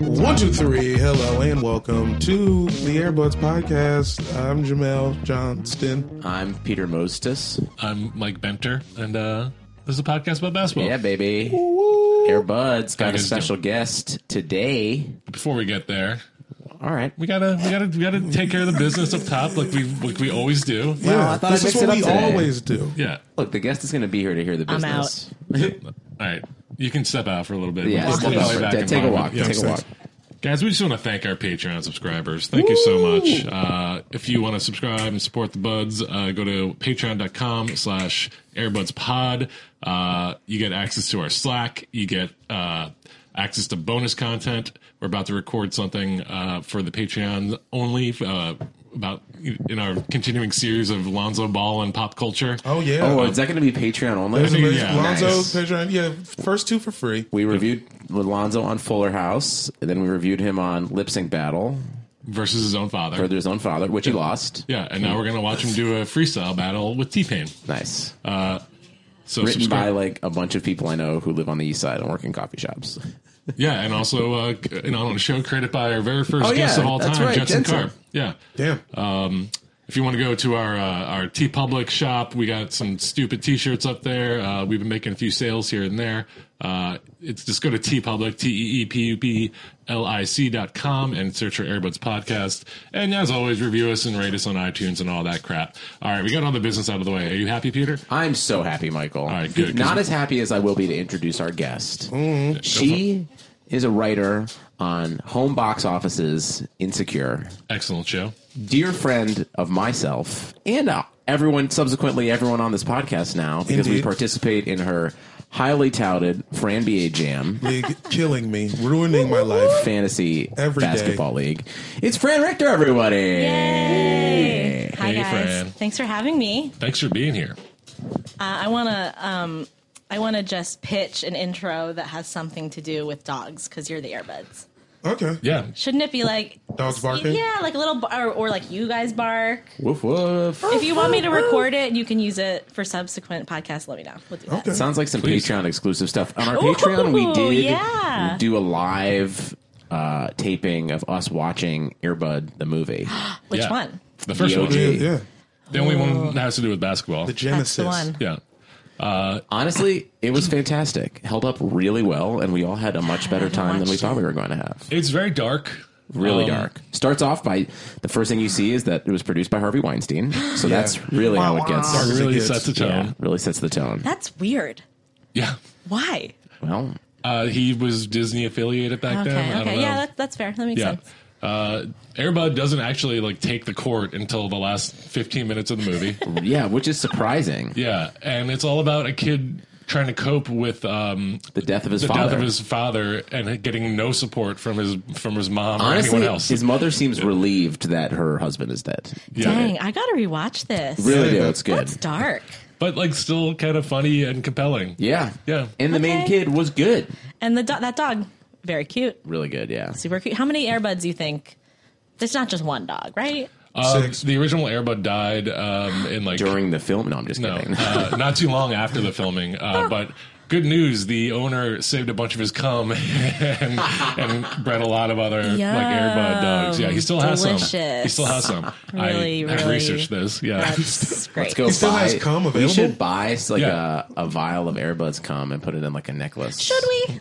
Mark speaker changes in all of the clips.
Speaker 1: One, two, three. Hello and welcome to the Airbuds Podcast. I'm Jamel Johnston.
Speaker 2: I'm Peter Mostis.
Speaker 3: I'm Mike Benter, and uh, this is a podcast about basketball.
Speaker 2: Yeah, baby. Air Bud's got a special guest today.
Speaker 3: Before we get there,
Speaker 2: All right.
Speaker 3: we gotta we gotta we gotta take care of the business up top, like we like we always do.
Speaker 1: Yeah,
Speaker 2: I thought I
Speaker 1: this is
Speaker 2: mixed
Speaker 1: what
Speaker 2: it up
Speaker 1: we
Speaker 2: today.
Speaker 1: always do.
Speaker 3: Yeah.
Speaker 2: Look, the guest is going to be here to hear the
Speaker 4: I'm
Speaker 2: business.
Speaker 3: All right. You can step out for a little bit.
Speaker 2: Yeah,
Speaker 3: We'll
Speaker 2: step
Speaker 3: lay
Speaker 2: out.
Speaker 3: back
Speaker 2: Yeah,
Speaker 3: and
Speaker 2: take a
Speaker 3: vibe.
Speaker 2: walk.
Speaker 3: Yeah.
Speaker 2: Take a walk.
Speaker 3: Guys, we just want to thank our Patreon subscribers. Thank you so much. Uh, if you want to subscribe and support the buds, uh, go to patreon.com slash airbudspod. Uh, you get access to our Slack. You get uh, access to bonus content. We're about to record something uh, for the Patreon only uh, about in our continuing series of Lonzo Ball and pop culture.
Speaker 1: Oh yeah.
Speaker 2: Oh, is that going to be Patreon only?
Speaker 1: There's a list.
Speaker 3: yeah.
Speaker 1: Lonzo,
Speaker 2: Nice.
Speaker 1: Patreon. Yeah, first two for free.
Speaker 2: We reviewed Lonzo on Fuller House, and then we reviewed him on Lip Sync Battle
Speaker 3: versus his own father.
Speaker 2: for his own father, which he lost.
Speaker 3: yeah, and now we're gonna watch him do a freestyle battle with T Pain.
Speaker 2: Nice.
Speaker 3: So
Speaker 2: Written
Speaker 3: Uh, subscribe.
Speaker 2: by like a bunch of people I know who live on the east side and work in coffee shops.
Speaker 3: Yeah, and also uh, and on the show credit by our very first
Speaker 2: Oh,
Speaker 3: guest
Speaker 2: yeah,
Speaker 3: of all
Speaker 2: that's
Speaker 3: time,
Speaker 2: right,
Speaker 3: Jetson
Speaker 2: Jensen.
Speaker 3: Carp. Yeah.
Speaker 1: Yeah.
Speaker 3: Um, if you want to go to our uh, our T Public shop, we got some stupid T shirts up there. Uh, we've been making a few sales here and there. Uh, it's just go to T Public T E E P U B L I C dot com and search for Airbuds Podcast. And as always, review us and rate us on iTunes and all that crap. All right, we got all the business out of the way. Are you happy, Peter?
Speaker 2: I'm so happy, Michael.
Speaker 3: right, good, 'cause-
Speaker 2: Not as happy as I will be to introduce our guest. She is a writer on Home Box Office's Insecure,
Speaker 3: Excellent show.
Speaker 2: dear friend of myself and uh, everyone subsequently everyone on this podcast now because we
Speaker 1: Indeed.
Speaker 2: participate in her highly touted for NBA Jam
Speaker 1: League killing me, ruining my life.
Speaker 2: fantasy
Speaker 1: Every day.
Speaker 2: basketball league. It's Fran Richter, everybody.
Speaker 4: Yay! Hi
Speaker 3: Hey,
Speaker 4: guys.
Speaker 3: Fran.
Speaker 4: Thanks for having me.
Speaker 3: Thanks for being here.
Speaker 4: Uh, I want to um, I want to just pitch an intro that has something to do with dogs because you're the earbuds.
Speaker 1: Okay.
Speaker 3: Yeah.
Speaker 4: Shouldn't it be like
Speaker 1: Dogs barking?
Speaker 4: Yeah, like a little bar, or like you guys bark.
Speaker 2: Woof woof.
Speaker 1: Oh,
Speaker 4: If you want me to record it, you can use it for subsequent podcasts. Let me know. We'll do that.
Speaker 1: Okay.
Speaker 2: Sounds like some Patreon exclusive stuff. On our Patreon, we
Speaker 4: Ooh,
Speaker 2: did
Speaker 4: yeah.
Speaker 2: do a live uh, taping of us watching Earbud the movie.
Speaker 4: Which
Speaker 3: Yeah.
Speaker 4: one? Oh.
Speaker 3: The first
Speaker 2: The
Speaker 3: one.
Speaker 2: OG.
Speaker 1: Yeah.
Speaker 3: The only one that has to do with basketball.
Speaker 1: The
Speaker 4: That's
Speaker 1: Genesis.
Speaker 4: the one.
Speaker 3: Yeah. Uh,
Speaker 2: Honestly, it was fantastic. Held up really well, and we all had a much better time than we thought we were going to have.
Speaker 3: it's very dark.
Speaker 2: Really
Speaker 3: Um,
Speaker 2: dark. Starts off by the first thing you see is that it was produced by Harvey Weinstein. So that's really how it gets.
Speaker 3: Dark really
Speaker 1: gets-
Speaker 3: sets the tone.
Speaker 2: Yeah, really sets the tone.
Speaker 4: That's weird.
Speaker 3: Yeah.
Speaker 4: Why?
Speaker 2: Well,
Speaker 3: Uh, he was Disney affiliated back
Speaker 4: Okay,
Speaker 3: then. uh, I don't
Speaker 4: okay.
Speaker 3: know.
Speaker 4: Yeah, that, that's fair. That makes
Speaker 3: yeah.
Speaker 4: sense.
Speaker 3: Uh, Airbud doesn't actually like take the court until the last 15 minutes of the movie.
Speaker 2: yeah, which is surprising.
Speaker 3: yeah, Uh, and it's all about a kid trying to cope with um,
Speaker 2: The death of his
Speaker 3: the
Speaker 2: father.
Speaker 3: death of his father and getting no support from his from his mom or
Speaker 2: Honestly,
Speaker 3: anyone else.
Speaker 2: his mother seems relieved that her husband is dead.
Speaker 4: Dang, I gotta rewatch this.
Speaker 2: Really do. It's good.
Speaker 4: That's dark.
Speaker 3: but like still kind of funny and compelling.
Speaker 2: Yeah.
Speaker 3: Yeah.
Speaker 2: And the main
Speaker 4: Okay.
Speaker 2: kid was good.
Speaker 4: And the do- that dog, very cute,
Speaker 2: Really good, yeah.
Speaker 4: super cute. How many Airbuds do you think? There's not just one dog, right?
Speaker 3: Um,
Speaker 1: Six.
Speaker 3: the original Airbud died um, in like
Speaker 2: During the film. No, I'm just
Speaker 3: no,
Speaker 2: kidding.
Speaker 3: uh, not too long after the filming, uh, but. Good news! The owner saved a bunch of his cum and, and bred a lot of other like Airbud dogs. Yeah, he still has some. He
Speaker 4: Delicious.
Speaker 3: still has some.
Speaker 4: Really,
Speaker 3: I have
Speaker 4: really.
Speaker 3: researched this. Yeah,
Speaker 4: That's great.
Speaker 2: Let's go
Speaker 1: He still
Speaker 2: buy.
Speaker 1: has cum
Speaker 2: We
Speaker 1: available?
Speaker 2: should buy like
Speaker 3: Yeah.
Speaker 2: a, a vial of Airbuds cum and put it in like a necklace.
Speaker 4: Should we?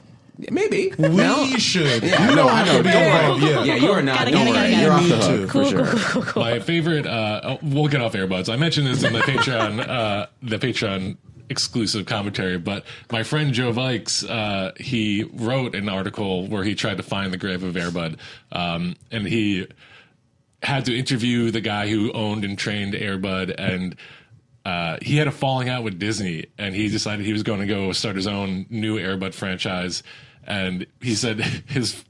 Speaker 2: Maybe.
Speaker 1: We
Speaker 2: No?
Speaker 1: should.
Speaker 2: Yeah,
Speaker 1: you
Speaker 2: no,
Speaker 1: know
Speaker 2: I
Speaker 1: I
Speaker 2: know.
Speaker 1: know. Be
Speaker 2: Yeah.
Speaker 1: involved, yeah.
Speaker 2: Yeah, you are not.
Speaker 4: Gotta,
Speaker 2: Don't
Speaker 4: gotta,
Speaker 2: worry,
Speaker 4: gotta,
Speaker 2: you're off
Speaker 1: gotta.
Speaker 2: the hook
Speaker 4: Cool,
Speaker 2: for sure.
Speaker 4: cool, cool, cool, cool.
Speaker 3: My favorite. Uh, oh, we'll get off airbuds. I mentioned this in the Patreon, uh, the Patreon exclusive commentary. But my friend Joe Vikes, uh, he wrote an article where he tried to find the grave of Airbud, um, and he had to interview the guy who owned and trained Airbud, and uh, he had a falling out with Disney, and he decided he was going to go start his own new Airbud franchise. And he said his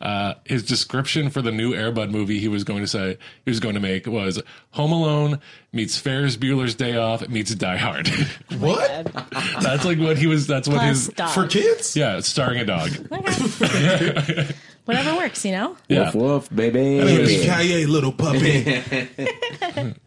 Speaker 3: uh, his description for the new Airbud movie he was going to say he was going to make was Home Alone meets Ferris Bueller's Day Off meets Die Hard.
Speaker 1: What?
Speaker 3: that's like what he was. That's what
Speaker 4: Plus
Speaker 3: his
Speaker 4: dog.
Speaker 1: For kids?
Speaker 3: yeah, starring a dog.
Speaker 4: Okay. Whatever works, you know.
Speaker 3: Yeah,
Speaker 2: Woof woof, baby.
Speaker 1: Yippee ki little puppy.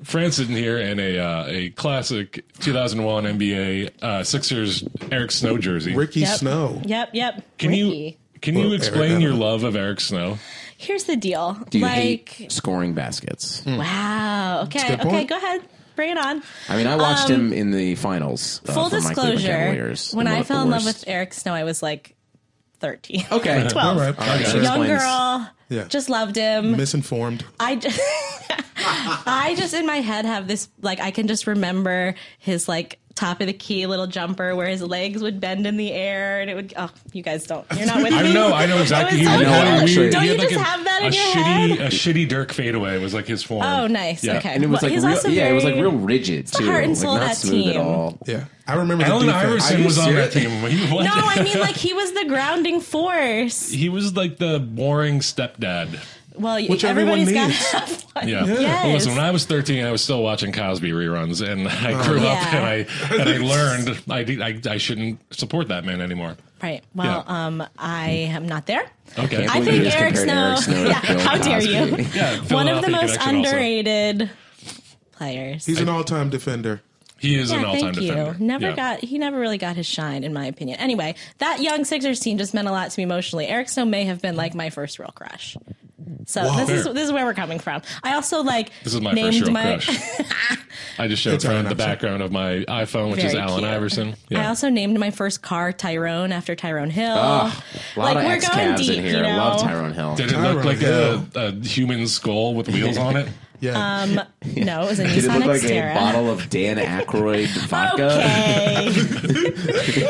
Speaker 3: France in here and a uh, a classic 2001 NBA uh, Sixers Eric Snow jersey.
Speaker 1: Ricky
Speaker 4: Yep.
Speaker 1: Snow.
Speaker 4: Yep, yep.
Speaker 3: Can
Speaker 4: Ricky.
Speaker 3: you can you
Speaker 1: Well,
Speaker 3: explain
Speaker 1: Eric,
Speaker 3: your
Speaker 1: I don't
Speaker 3: love of Eric Snow?
Speaker 4: Here's the deal.
Speaker 2: Do you
Speaker 4: like, Mm.
Speaker 2: hate scoring baskets?
Speaker 4: wow. Okay,
Speaker 1: good
Speaker 4: okay.
Speaker 1: point.
Speaker 4: Go ahead. Bring it on.
Speaker 2: I mean, I watched him in the finals. uh,
Speaker 4: Um, Full
Speaker 2: for my Cleveland
Speaker 4: disclosure,
Speaker 2: Cavaliers,
Speaker 4: when I
Speaker 2: and one of the
Speaker 4: fell in love
Speaker 2: worst-
Speaker 4: with Eric Snow, I was like 13.
Speaker 2: Okay.
Speaker 4: 12.
Speaker 1: All right.
Speaker 2: All right, so
Speaker 4: Young
Speaker 2: explains-
Speaker 4: girl.
Speaker 1: Yeah.
Speaker 4: Just loved him.
Speaker 1: Misinformed.
Speaker 4: I just, I just in my head have this like I can just remember his like top of the key little jumper where his legs would bend in the air and it would oh you guys don't you're not with
Speaker 3: I
Speaker 4: me
Speaker 3: know, I know exactly.
Speaker 4: was
Speaker 3: He
Speaker 4: so
Speaker 3: had a
Speaker 2: funny.
Speaker 3: weird-
Speaker 2: Actually- Don't
Speaker 3: he had
Speaker 4: you
Speaker 3: like
Speaker 4: just
Speaker 3: a-
Speaker 4: have that in
Speaker 3: a
Speaker 4: your
Speaker 3: shitty,
Speaker 4: head?
Speaker 3: A shitty Dirk fadeaway was like his form.
Speaker 4: oh nice
Speaker 3: Yeah.
Speaker 4: okay
Speaker 2: And it was
Speaker 4: Well,
Speaker 2: like,
Speaker 4: he's
Speaker 2: real,
Speaker 4: also
Speaker 2: yeah, it was like
Speaker 4: very-
Speaker 2: real rigid
Speaker 4: the
Speaker 2: too.
Speaker 4: heart and
Speaker 2: like,
Speaker 4: soul of
Speaker 2: not
Speaker 4: that
Speaker 2: smooth at
Speaker 4: team.
Speaker 2: all.
Speaker 1: Yeah. I remember
Speaker 3: Allen
Speaker 1: the defense.
Speaker 2: Are
Speaker 3: Iverson
Speaker 2: you
Speaker 3: was on that
Speaker 2: serious?
Speaker 3: team. He was,
Speaker 4: no I mean like he was the grounding force
Speaker 3: he was like the boring stepdad.
Speaker 4: well you-
Speaker 1: Which everyone
Speaker 4: everybody's got to
Speaker 1: needs.
Speaker 4: have one
Speaker 3: Yeah.
Speaker 4: Yes.
Speaker 3: Well, listen, when I was 13, I was still watching Cosby reruns, and I grew up
Speaker 4: Yeah.
Speaker 3: and I and I learned I, did- I I shouldn't support that man anymore.
Speaker 4: right well
Speaker 3: Yeah.
Speaker 4: um I am not there
Speaker 3: Okay.
Speaker 4: I
Speaker 2: believe
Speaker 4: think
Speaker 2: you just
Speaker 4: Eric
Speaker 2: compared
Speaker 4: Snow,
Speaker 2: Eric Snow to
Speaker 4: yeah
Speaker 2: Bill
Speaker 4: how dare you
Speaker 2: Cosby.
Speaker 3: Yeah,
Speaker 4: one of
Speaker 3: Philadelphia
Speaker 4: the most
Speaker 3: connection also.
Speaker 4: underrated players
Speaker 1: He's an all time defender.
Speaker 3: He is an
Speaker 4: Yeah,
Speaker 3: all-time
Speaker 4: thank you.
Speaker 3: defender.
Speaker 4: Never
Speaker 3: Yeah.
Speaker 4: got he never really got his shine, in my opinion. Anyway, that young Sixers team just meant a lot to me emotionally. Eric Snow may have been like my first real crush. So
Speaker 1: Wow.
Speaker 4: this is
Speaker 3: Fair.
Speaker 4: this is where we're coming from. I also like
Speaker 3: This is my
Speaker 4: named
Speaker 3: first real
Speaker 4: my
Speaker 3: crush. I just showed
Speaker 1: It's all
Speaker 3: Fran
Speaker 1: right,
Speaker 3: the
Speaker 1: I'm sorry.
Speaker 3: background of my iPhone, Oh, which is
Speaker 4: Very
Speaker 3: Alan
Speaker 4: cute.
Speaker 3: Iverson.
Speaker 4: I also named my first car Tyrone after Tyrone Hill.
Speaker 2: Ah, a lot
Speaker 4: Like,
Speaker 2: of
Speaker 4: we're
Speaker 2: ex
Speaker 4: going
Speaker 2: Cavs
Speaker 4: deep,
Speaker 2: in here.
Speaker 4: you
Speaker 2: I love
Speaker 4: know.
Speaker 2: Tyrone Hill.
Speaker 3: Did it look
Speaker 1: Tyrone
Speaker 3: like a,
Speaker 1: Hill.
Speaker 3: a Uh, human skull with wheels on it?
Speaker 1: Yeah.
Speaker 4: Um, no, it was a
Speaker 2: Did it
Speaker 4: Nissan
Speaker 2: look like a
Speaker 4: Xterra.
Speaker 2: bottle of Dan Aykroyd vodka?
Speaker 4: Okay.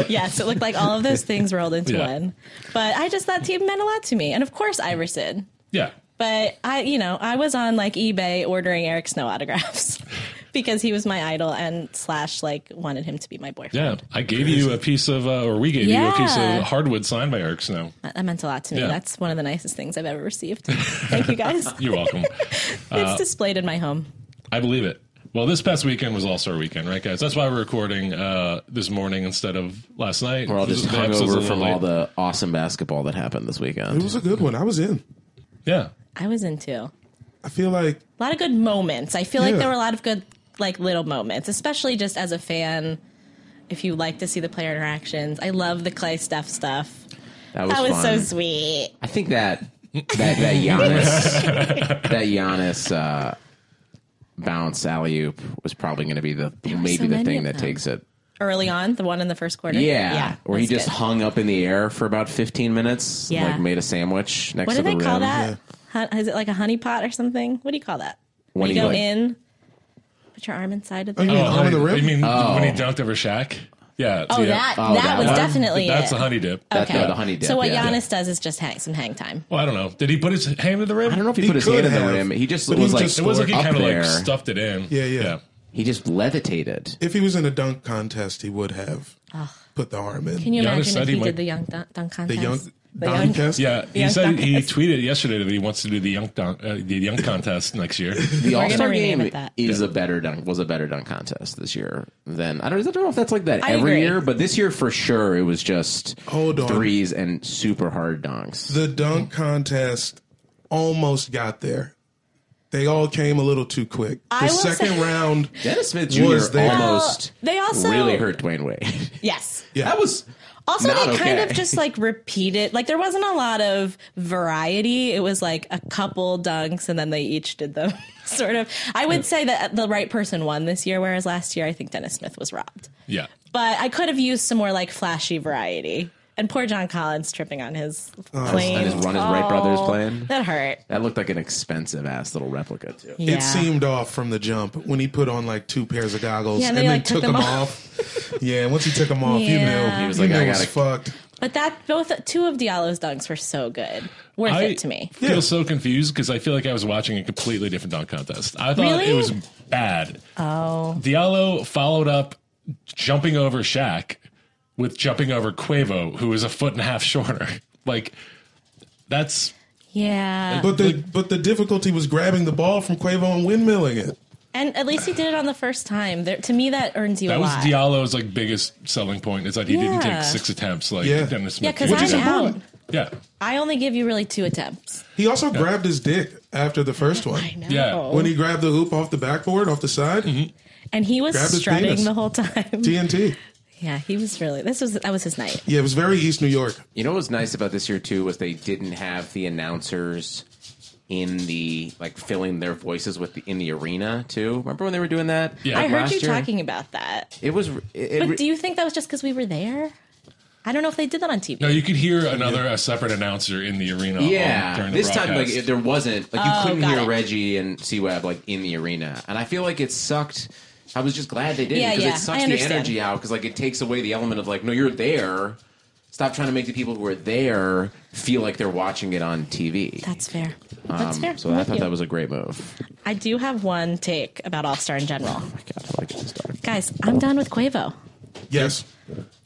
Speaker 4: yes, it looked like all of those things rolled into
Speaker 3: Yeah.
Speaker 4: one. But I just that team meant a lot to me, and of course Iverson.
Speaker 3: Yeah.
Speaker 4: But I, you know, I was on like eBay ordering Eric Snow autographs because he was my idol and slash like wanted him to be my boyfriend.
Speaker 3: Yeah. I gave you a piece of, uh, or we gave you a piece
Speaker 4: Yeah.
Speaker 3: of hardwood signed by Eric Snow.
Speaker 4: That, that meant a lot to me.
Speaker 3: Yeah.
Speaker 4: That's one of the nicest things I've ever received. Thank you guys.
Speaker 3: You're welcome. Uh,
Speaker 4: it's displayed in my home.
Speaker 3: I believe it. Well, this past weekend was All Star Weekend, right, guys? That's why we're recording uh, this morning instead of last night.
Speaker 2: We're all just
Speaker 3: The episode's a
Speaker 2: hungover
Speaker 3: little
Speaker 2: from
Speaker 3: late.
Speaker 2: all the awesome basketball that happened this
Speaker 1: it
Speaker 2: weekend.
Speaker 1: was a good one. I was in.
Speaker 3: Yeah.
Speaker 4: I was into a
Speaker 1: I feel like
Speaker 4: lot of good moments. I feel like
Speaker 1: Yeah.
Speaker 4: there were a lot of good like little moments, especially just as a fan. If you like to see the player interactions, I love the Clay Steph stuff.
Speaker 2: That was,
Speaker 4: That was so
Speaker 2: fun.
Speaker 4: sweet.
Speaker 2: I think that that that Giannis that Giannis uh, bounce alley oop was probably going to be the
Speaker 4: were
Speaker 2: maybe
Speaker 4: so
Speaker 2: the
Speaker 4: many
Speaker 2: thing
Speaker 4: of
Speaker 2: that
Speaker 4: them.
Speaker 2: takes it
Speaker 4: early on, the one in the first quarter.
Speaker 2: Yeah, where he
Speaker 4: that's
Speaker 2: just
Speaker 4: good.
Speaker 2: hung up in the air for about 15 minutes,
Speaker 4: Yeah.
Speaker 2: like made a sandwich next
Speaker 4: What
Speaker 2: to
Speaker 4: do
Speaker 2: the
Speaker 4: they
Speaker 2: rim.
Speaker 4: call that? Hu- Is it like a honey pot or something? What do you call that?
Speaker 2: When
Speaker 4: you
Speaker 2: he
Speaker 4: go
Speaker 2: like-
Speaker 4: in, put your arm inside of
Speaker 3: Oh,
Speaker 4: it.
Speaker 3: honey,
Speaker 1: the rim?
Speaker 3: You mean
Speaker 2: Oh.
Speaker 3: when he dunked over Shaq? Yeah.
Speaker 4: Oh,
Speaker 3: yeah.
Speaker 4: that,
Speaker 2: Oh,
Speaker 4: that,
Speaker 2: that
Speaker 4: was
Speaker 2: one?
Speaker 4: definitely
Speaker 3: That's
Speaker 4: it.
Speaker 3: the honey dip.
Speaker 2: That-
Speaker 4: Okay.
Speaker 2: yeah, the honey dip.
Speaker 4: So what
Speaker 2: yeah.
Speaker 4: Giannis does is just hang, some hang time.
Speaker 3: Well, I don't know. Did he put his hand to the rim?
Speaker 2: I don't know if he,
Speaker 1: He
Speaker 2: put his
Speaker 1: could
Speaker 2: hand in the
Speaker 1: have,
Speaker 2: rim. He just
Speaker 1: but he
Speaker 2: was like,
Speaker 1: just
Speaker 3: It was like he
Speaker 2: up
Speaker 3: kind of
Speaker 2: there.
Speaker 3: like stuffed it in.
Speaker 1: Yeah, yeah.
Speaker 2: he just levitated.
Speaker 1: If he was in a dunk contest, he would have put the arm in.
Speaker 4: Can you
Speaker 3: Giannis
Speaker 4: imagine
Speaker 3: said
Speaker 4: if
Speaker 3: he
Speaker 4: he
Speaker 3: might-
Speaker 4: did the young dunk, dunk
Speaker 1: the
Speaker 4: contest?
Speaker 1: young
Speaker 4: The young-
Speaker 1: dunk contest?
Speaker 3: Yeah, he
Speaker 4: Young
Speaker 3: said he
Speaker 4: contest.
Speaker 3: tweeted yesterday that he wants to do the young dunk, uh, the young contest next year.
Speaker 2: The All Star
Speaker 4: rename
Speaker 2: game
Speaker 4: it that.
Speaker 2: is a better dunk was a better dunk contest this year than I don't, I don't know if that's like that
Speaker 4: I
Speaker 2: every
Speaker 4: agree.
Speaker 2: year, but this year for sure it was just
Speaker 1: Hold on.
Speaker 2: threes and super hard dunks.
Speaker 1: The dunk contest almost got there. They all came a little too quick. The
Speaker 4: I will
Speaker 1: second
Speaker 4: say-
Speaker 1: round,
Speaker 2: Dennis Smith
Speaker 1: Was
Speaker 2: Jr.
Speaker 1: there-
Speaker 2: almost
Speaker 4: Well, they also-
Speaker 2: really hurt Dwayne Wade.
Speaker 4: Yes.
Speaker 1: yeah,
Speaker 2: that was
Speaker 4: Also,
Speaker 2: Not
Speaker 4: they kind
Speaker 2: okay.
Speaker 4: of just like repeated. Like there wasn't a lot of variety. It was like a couple dunks, and then they each did them. sort of. I would say that the right person won this year, whereas last year I think Dennis Smith was robbed.
Speaker 3: yeah.
Speaker 4: But I could have used some more like flashy variety. And poor John Collins tripping on his plane.
Speaker 2: Oh, and his run his Wright brothers plane.
Speaker 4: That hurt.
Speaker 2: That looked like an expensive ass little replica too.
Speaker 4: Yeah.
Speaker 1: it seemed off from the jump when he put on like two pairs of goggles
Speaker 4: Yeah,
Speaker 1: and
Speaker 4: they,
Speaker 1: then
Speaker 4: like,
Speaker 1: took,
Speaker 4: took
Speaker 1: them
Speaker 4: them
Speaker 1: off. yeah, once he took them off, you
Speaker 4: Yeah.
Speaker 1: knew
Speaker 4: He
Speaker 2: was
Speaker 1: you
Speaker 2: like,
Speaker 1: knew
Speaker 2: I
Speaker 1: it was
Speaker 2: gotta-
Speaker 1: fucked.
Speaker 4: But that both two of Diallo's dunks were so good. Worth
Speaker 3: I
Speaker 4: it to me.
Speaker 3: feel so confused because I feel like I was watching a completely different dunk contest. I thought
Speaker 4: Really?
Speaker 3: it was bad. Oh, Diallo followed up jumping over Shaq with jumping over Quavo, who is a foot and a half shorter. Like that's
Speaker 4: Yeah.
Speaker 1: But the but the difficulty was grabbing the ball from Quavo and windmilling it.
Speaker 4: and at least he did it on the first time. There, to me, that earns you
Speaker 3: that
Speaker 4: a
Speaker 3: was
Speaker 4: lot.
Speaker 3: Diallo's like biggest selling point is that he didn't
Speaker 4: Yeah.
Speaker 3: take six attempts like
Speaker 1: Yeah.
Speaker 3: Dennis
Speaker 4: yeah,
Speaker 3: Smith.
Speaker 4: because
Speaker 3: did.
Speaker 4: I'm out.
Speaker 3: Yeah,
Speaker 4: I only give you really two attempts.
Speaker 1: He also grabbed his dick after the first one.
Speaker 4: I know.
Speaker 3: Yeah.
Speaker 1: When he grabbed the hoop off the backboard, off the side,
Speaker 3: Mm-hmm.
Speaker 4: and he was
Speaker 1: grabbed his penis.
Speaker 4: strutting the whole time.
Speaker 1: TNT.
Speaker 4: yeah, he was really. This was that was his night.
Speaker 1: Yeah, it was very East New York.
Speaker 2: You know what was nice about this year too was they didn't have the announcers in the like filling their voices with the in the arena too. Remember when they were doing that?
Speaker 3: Yeah.
Speaker 4: I
Speaker 2: Like,
Speaker 4: heard
Speaker 2: last
Speaker 4: you
Speaker 2: year?
Speaker 4: talking about that.
Speaker 2: It was. It, it,
Speaker 4: But do you think that was just because we were there? I don't know if they did that on TV.
Speaker 3: no, you could hear another a separate announcer in the arena. all-
Speaker 2: yeah,
Speaker 3: during the
Speaker 2: this time like
Speaker 3: broadcast.
Speaker 2: if there wasn't like you couldn't
Speaker 4: Oh, got
Speaker 2: hear
Speaker 4: it.
Speaker 2: Reggie and C Web like in the arena, and I feel like it sucked. I was just glad they did
Speaker 4: Yeah,
Speaker 2: because
Speaker 4: yeah,
Speaker 2: it
Speaker 4: I
Speaker 2: sucks the
Speaker 4: understand.
Speaker 2: energy out because like it takes away the element of like no you're there. Stop trying to make the people who are there feel like they're watching it on TV.
Speaker 4: That's fair. That's fair.
Speaker 2: Um, So
Speaker 4: I'm
Speaker 2: I
Speaker 4: with
Speaker 2: thought
Speaker 4: you.
Speaker 2: that was a great move.
Speaker 4: I do have one take about All Star in general.
Speaker 2: God, I like this story.
Speaker 4: Guys, I'm done with Quavo.
Speaker 1: Yes.